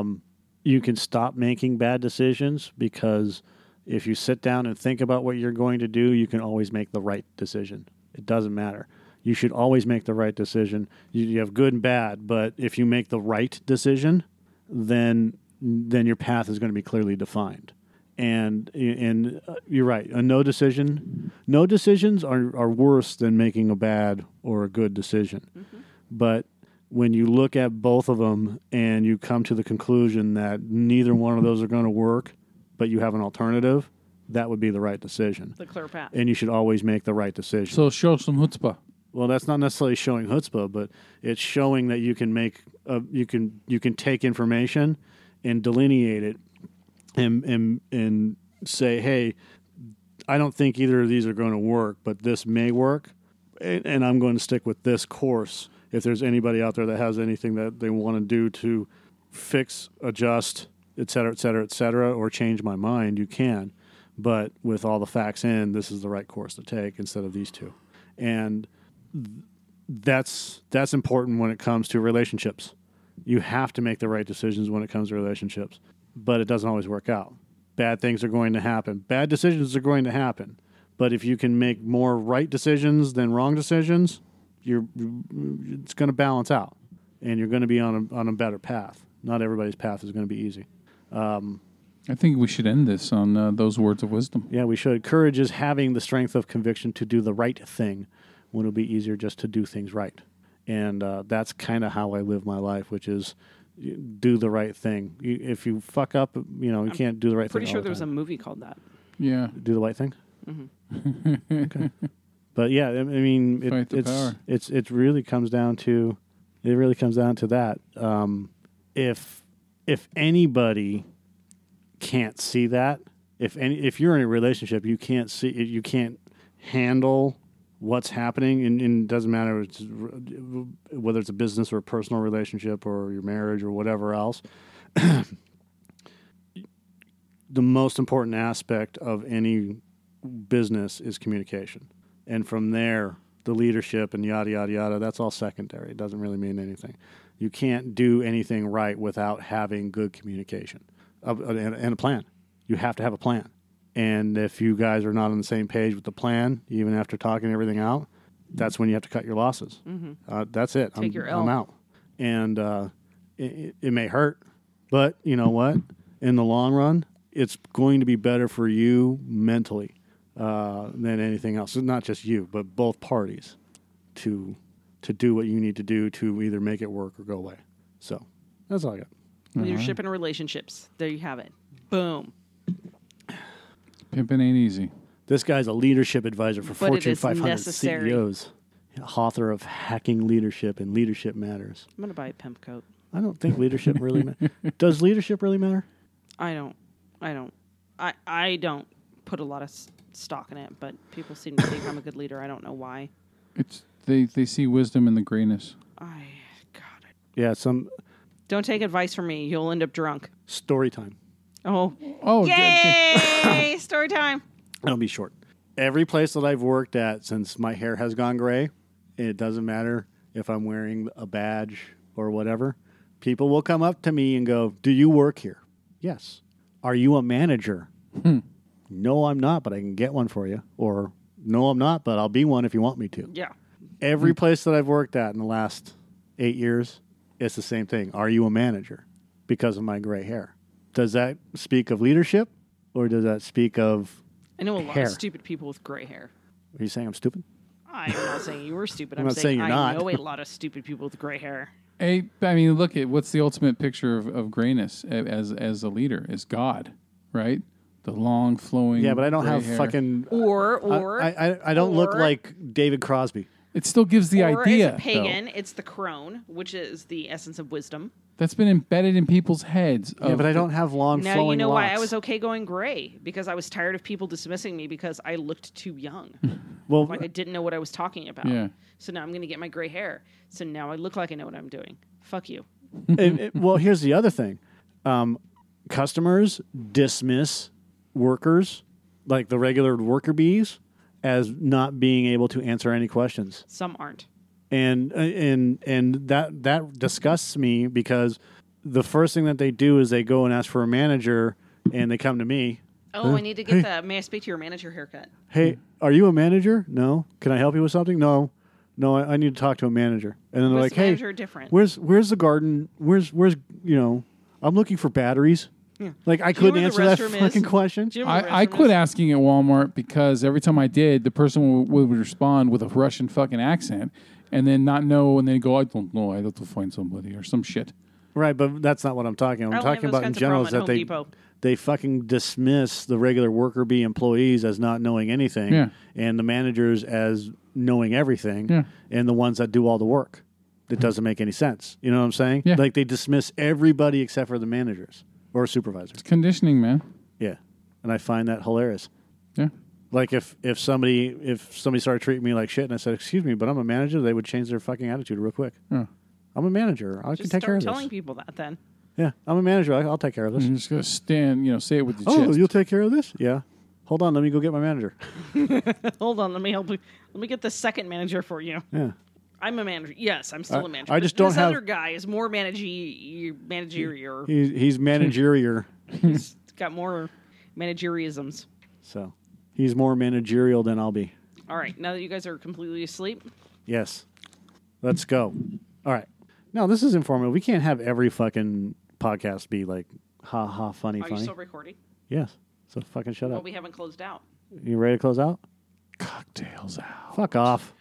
A: you can stop making bad decisions because if you sit down and think about what you're going to do, you can always make the right decision. It doesn't matter. You should always make the right decision. You, you have good and bad, but if you make the right decision, then then your path is going to be clearly defined. And and uh, you're right. A no decision, no decisions are are worse than making a bad or a good decision but when you look at both of them and you come to the conclusion that neither one of those are going to work, but you have an alternative, that would be the right decision.
B: the clear path.
A: And you should always make the right decision.
C: so show some chutzpah.
A: well, that's not necessarily showing chutzpah, but it's showing that you can make a, you can you can take information and delineate it and and and say, hey, I don't think either of these are going to work, but this may work, and, and I'm going to stick with this course. If there's anybody out there that has anything that they want to do to fix, adjust, et cetera, et cetera, et cetera, or change my mind, you can. But with all the facts in, this is the right course to take instead of these two, and th- that's that's important when it comes to relationships. You have to make the right decisions when it comes to relationships, but it doesn't always work out. Bad things are going to happen. Bad decisions are going to happen. But if you can make more right decisions than wrong decisions, you're it's going to balance out, and you're going to be on a on a better path. Not everybody's path is going to be easy.
C: I think we should end this on uh, those words of wisdom.
A: Yeah, we should. Courage is having the strength of conviction to do the right thing when it'll be easier just to do things right. And uh, that's kind of how I live my life, which is y- do the right thing. You, if you fuck up, you know, you can't do the right
B: Pretty
A: thing.
B: sure
A: all the
B: there was a
A: time.
B: movie called that.
C: Yeah.
A: do the right thing. Okay. But yeah, I I mean, it,
C: Fight the
A: it's
C: power.
A: it's it really comes down to it really comes down to that. Um, if if anybody can't see that, if any, if you're in a relationship, you can't see you can't handle what's happening, and, and it doesn't matter if it's, whether it's a business or a personal relationship or your marriage or whatever else the most important aspect of any business is communication. And from there, the leadership and yada, yada, yada, that's all secondary. It doesn't really mean anything. You can't do anything right without having good communication uh, and, and a plan. You have to have a plan. And if you guys are not on the same page with the plan, even after talking everything out, that's when you have to cut your losses. Uh, that's it. I'm,
B: Mm-hmm. Take your
A: I'm
B: L.
A: out. And uh, it, it may hurt, but you know what? In the long run, it's going to be better for you mentally uh, than anything else. Not just you, but both parties to to do what you need to do to either make it work or go away. So that's all I got.
B: Leadership and relationships. There you have it. Boom.
C: Pimping ain't easy.
A: This guy's a leadership advisor for
B: But it
A: Fortune
B: is
A: 500
B: necessary.
A: CEOs, E author of Hacking Leadership and Leadership Matters.
B: I'm gonna buy a pimp coat.
A: I don't think leadership really
B: [laughs]
A: matters. Does leadership really matter?
B: I don't. I don't. I I don't put a lot of s- stock in it, but people seem to think I'm a good leader. I don't know why.
C: It's they, they see wisdom in the grayness.
B: I God. I-
A: Yeah, some
B: Don't take advice from me. You'll end up drunk.
A: story time.
B: Oh.
C: Oh, d- d-
A: [laughs]
B: Yay! Story time.
A: It'll be short. Every place that I've worked at since my hair has gone gray It doesn't matter if I'm wearing a badge or whatever. People will come up to me and go, Do you work here? Yes. Are you a manager? No, I'm not, but I can get one for you. Or, No, I'm not, but I'll be one if you want me to.
B: Yeah.
A: Every place that I've worked at in the last eight years, it's the same thing. Are you a manager? Because of my gray hair. Does that speak of leadership or does that speak of,
B: I know a lot
A: Hair.
B: of stupid people with gray hair.
A: Are you saying I'm stupid? [laughs]
B: I'm not saying you were stupid. I'm,
A: not saying you're
B: I
A: not.
B: know a lot of stupid people with gray hair.
C: Hey, I mean, look at what's the ultimate picture of, of grayness a- as as a leader is God, right? The long flowing.
A: Yeah, but I don't
C: gray
A: have
C: hair.
A: fucking.
B: Or
A: I,
B: or
A: I, I don't look
B: or-
A: like David Crosby.
C: It still gives the
B: or
C: idea.
B: as a
C: though.
B: pagan, it's the crone, which is the essence of wisdom.
C: that's been embedded in people's heads.
A: Yeah,
C: of
A: but I don't have long
B: Now
A: flowing
B: you know why I
A: locks.
B: was okay going gray because I was tired of people dismissing me because I looked too
A: [laughs]
B: young.
A: well,
B: like I didn't know what I was talking about.
C: Yeah.
B: So now I'm going to get my gray hair. So now I look like I know what I'm doing. Fuck you.
A: and- and- well, here's the other thing: um, customers dismiss workers, like the regular worker bees, as not being able to answer any questions.
B: Some aren't.
A: and and and that that disgusts me because the first thing that they do is they go and ask for a manager and they come to me
B: Oh, I need to get the may I speak to your manager haircut.
A: hey are you a manager no can i help you with something no no i, I need to talk to a manager and then they're
B: Was
A: like
B: the
A: hey
B: manager different?
A: where's where's the garden where's where's you know i'm looking for batteries like i
B: Do you know
A: couldn't answer
B: where
A: that
B: the restroom
A: fucking
B: is?
A: question
B: Do you remember
C: I, I
B: restroom
C: quit
B: is?
C: asking at Walmart because every time I did, the person would, would respond with a Russian fucking accent and then not know and then go, I don't know, I have to find somebody or some shit.
A: Right, but that's not what I'm talking. about.
B: I
A: I'm
B: only have
A: talking about
B: those
A: in
B: kinds Oh, of
A: general
B: problem
A: is
B: at
A: that
B: Home
A: they they
B: Depot.
A: fucking dismiss the regular worker bee employees as not knowing anything,
C: Yeah.
A: and the managers as knowing everything,
C: Yeah. Hmm.
A: and the ones that do all the work. It doesn't make any sense. You know what I'm saying?
C: Yeah.
A: Like they dismiss everybody except for the managers or supervisors.
C: Conditioning, man.
A: Yeah, and I find that hilarious.
C: Yeah.
A: Like if if somebody if somebody started treating me like shit, and I said, "Excuse me, but I'm a manager," they would change their fucking attitude real quick.
C: Yeah.
A: I'm a manager. I
B: Just
A: can take care
B: start
A: of
B: telling
A: this.
B: people that then. [laughs]
A: Yeah, I'm a manager. I, I'll take care of this.
C: You're just going to stand, you know, say it with your
A: Oh,
C: chest.
A: you'll take care of this? Yeah. Hold on, let me go get my manager.
B: Hold on, let me help you. Let me get the second manager for you.
A: Yeah.
B: I'm a manager. Yes, I'm still
A: I-
B: a manager.
A: I
B: But
A: just don't
B: this
A: have-
B: other guy is more managey
A: [laughs]
B: managerial.
A: He's, he's managerior,
B: He's got more manageriisms.
A: [laughs] so he's more managerial than I'll be.
B: All right, now that you guys are completely asleep,
A: Yes. Let's go. All right. No, this is informative. We can't have every fucking podcast be like, ha ha, funny,
B: are you
A: funny.
B: still recording?
A: yes. So fucking shut
B: Well,
A: up.
B: we haven't closed out.
A: you ready to close out?
C: Cocktails out.
A: Fuck off.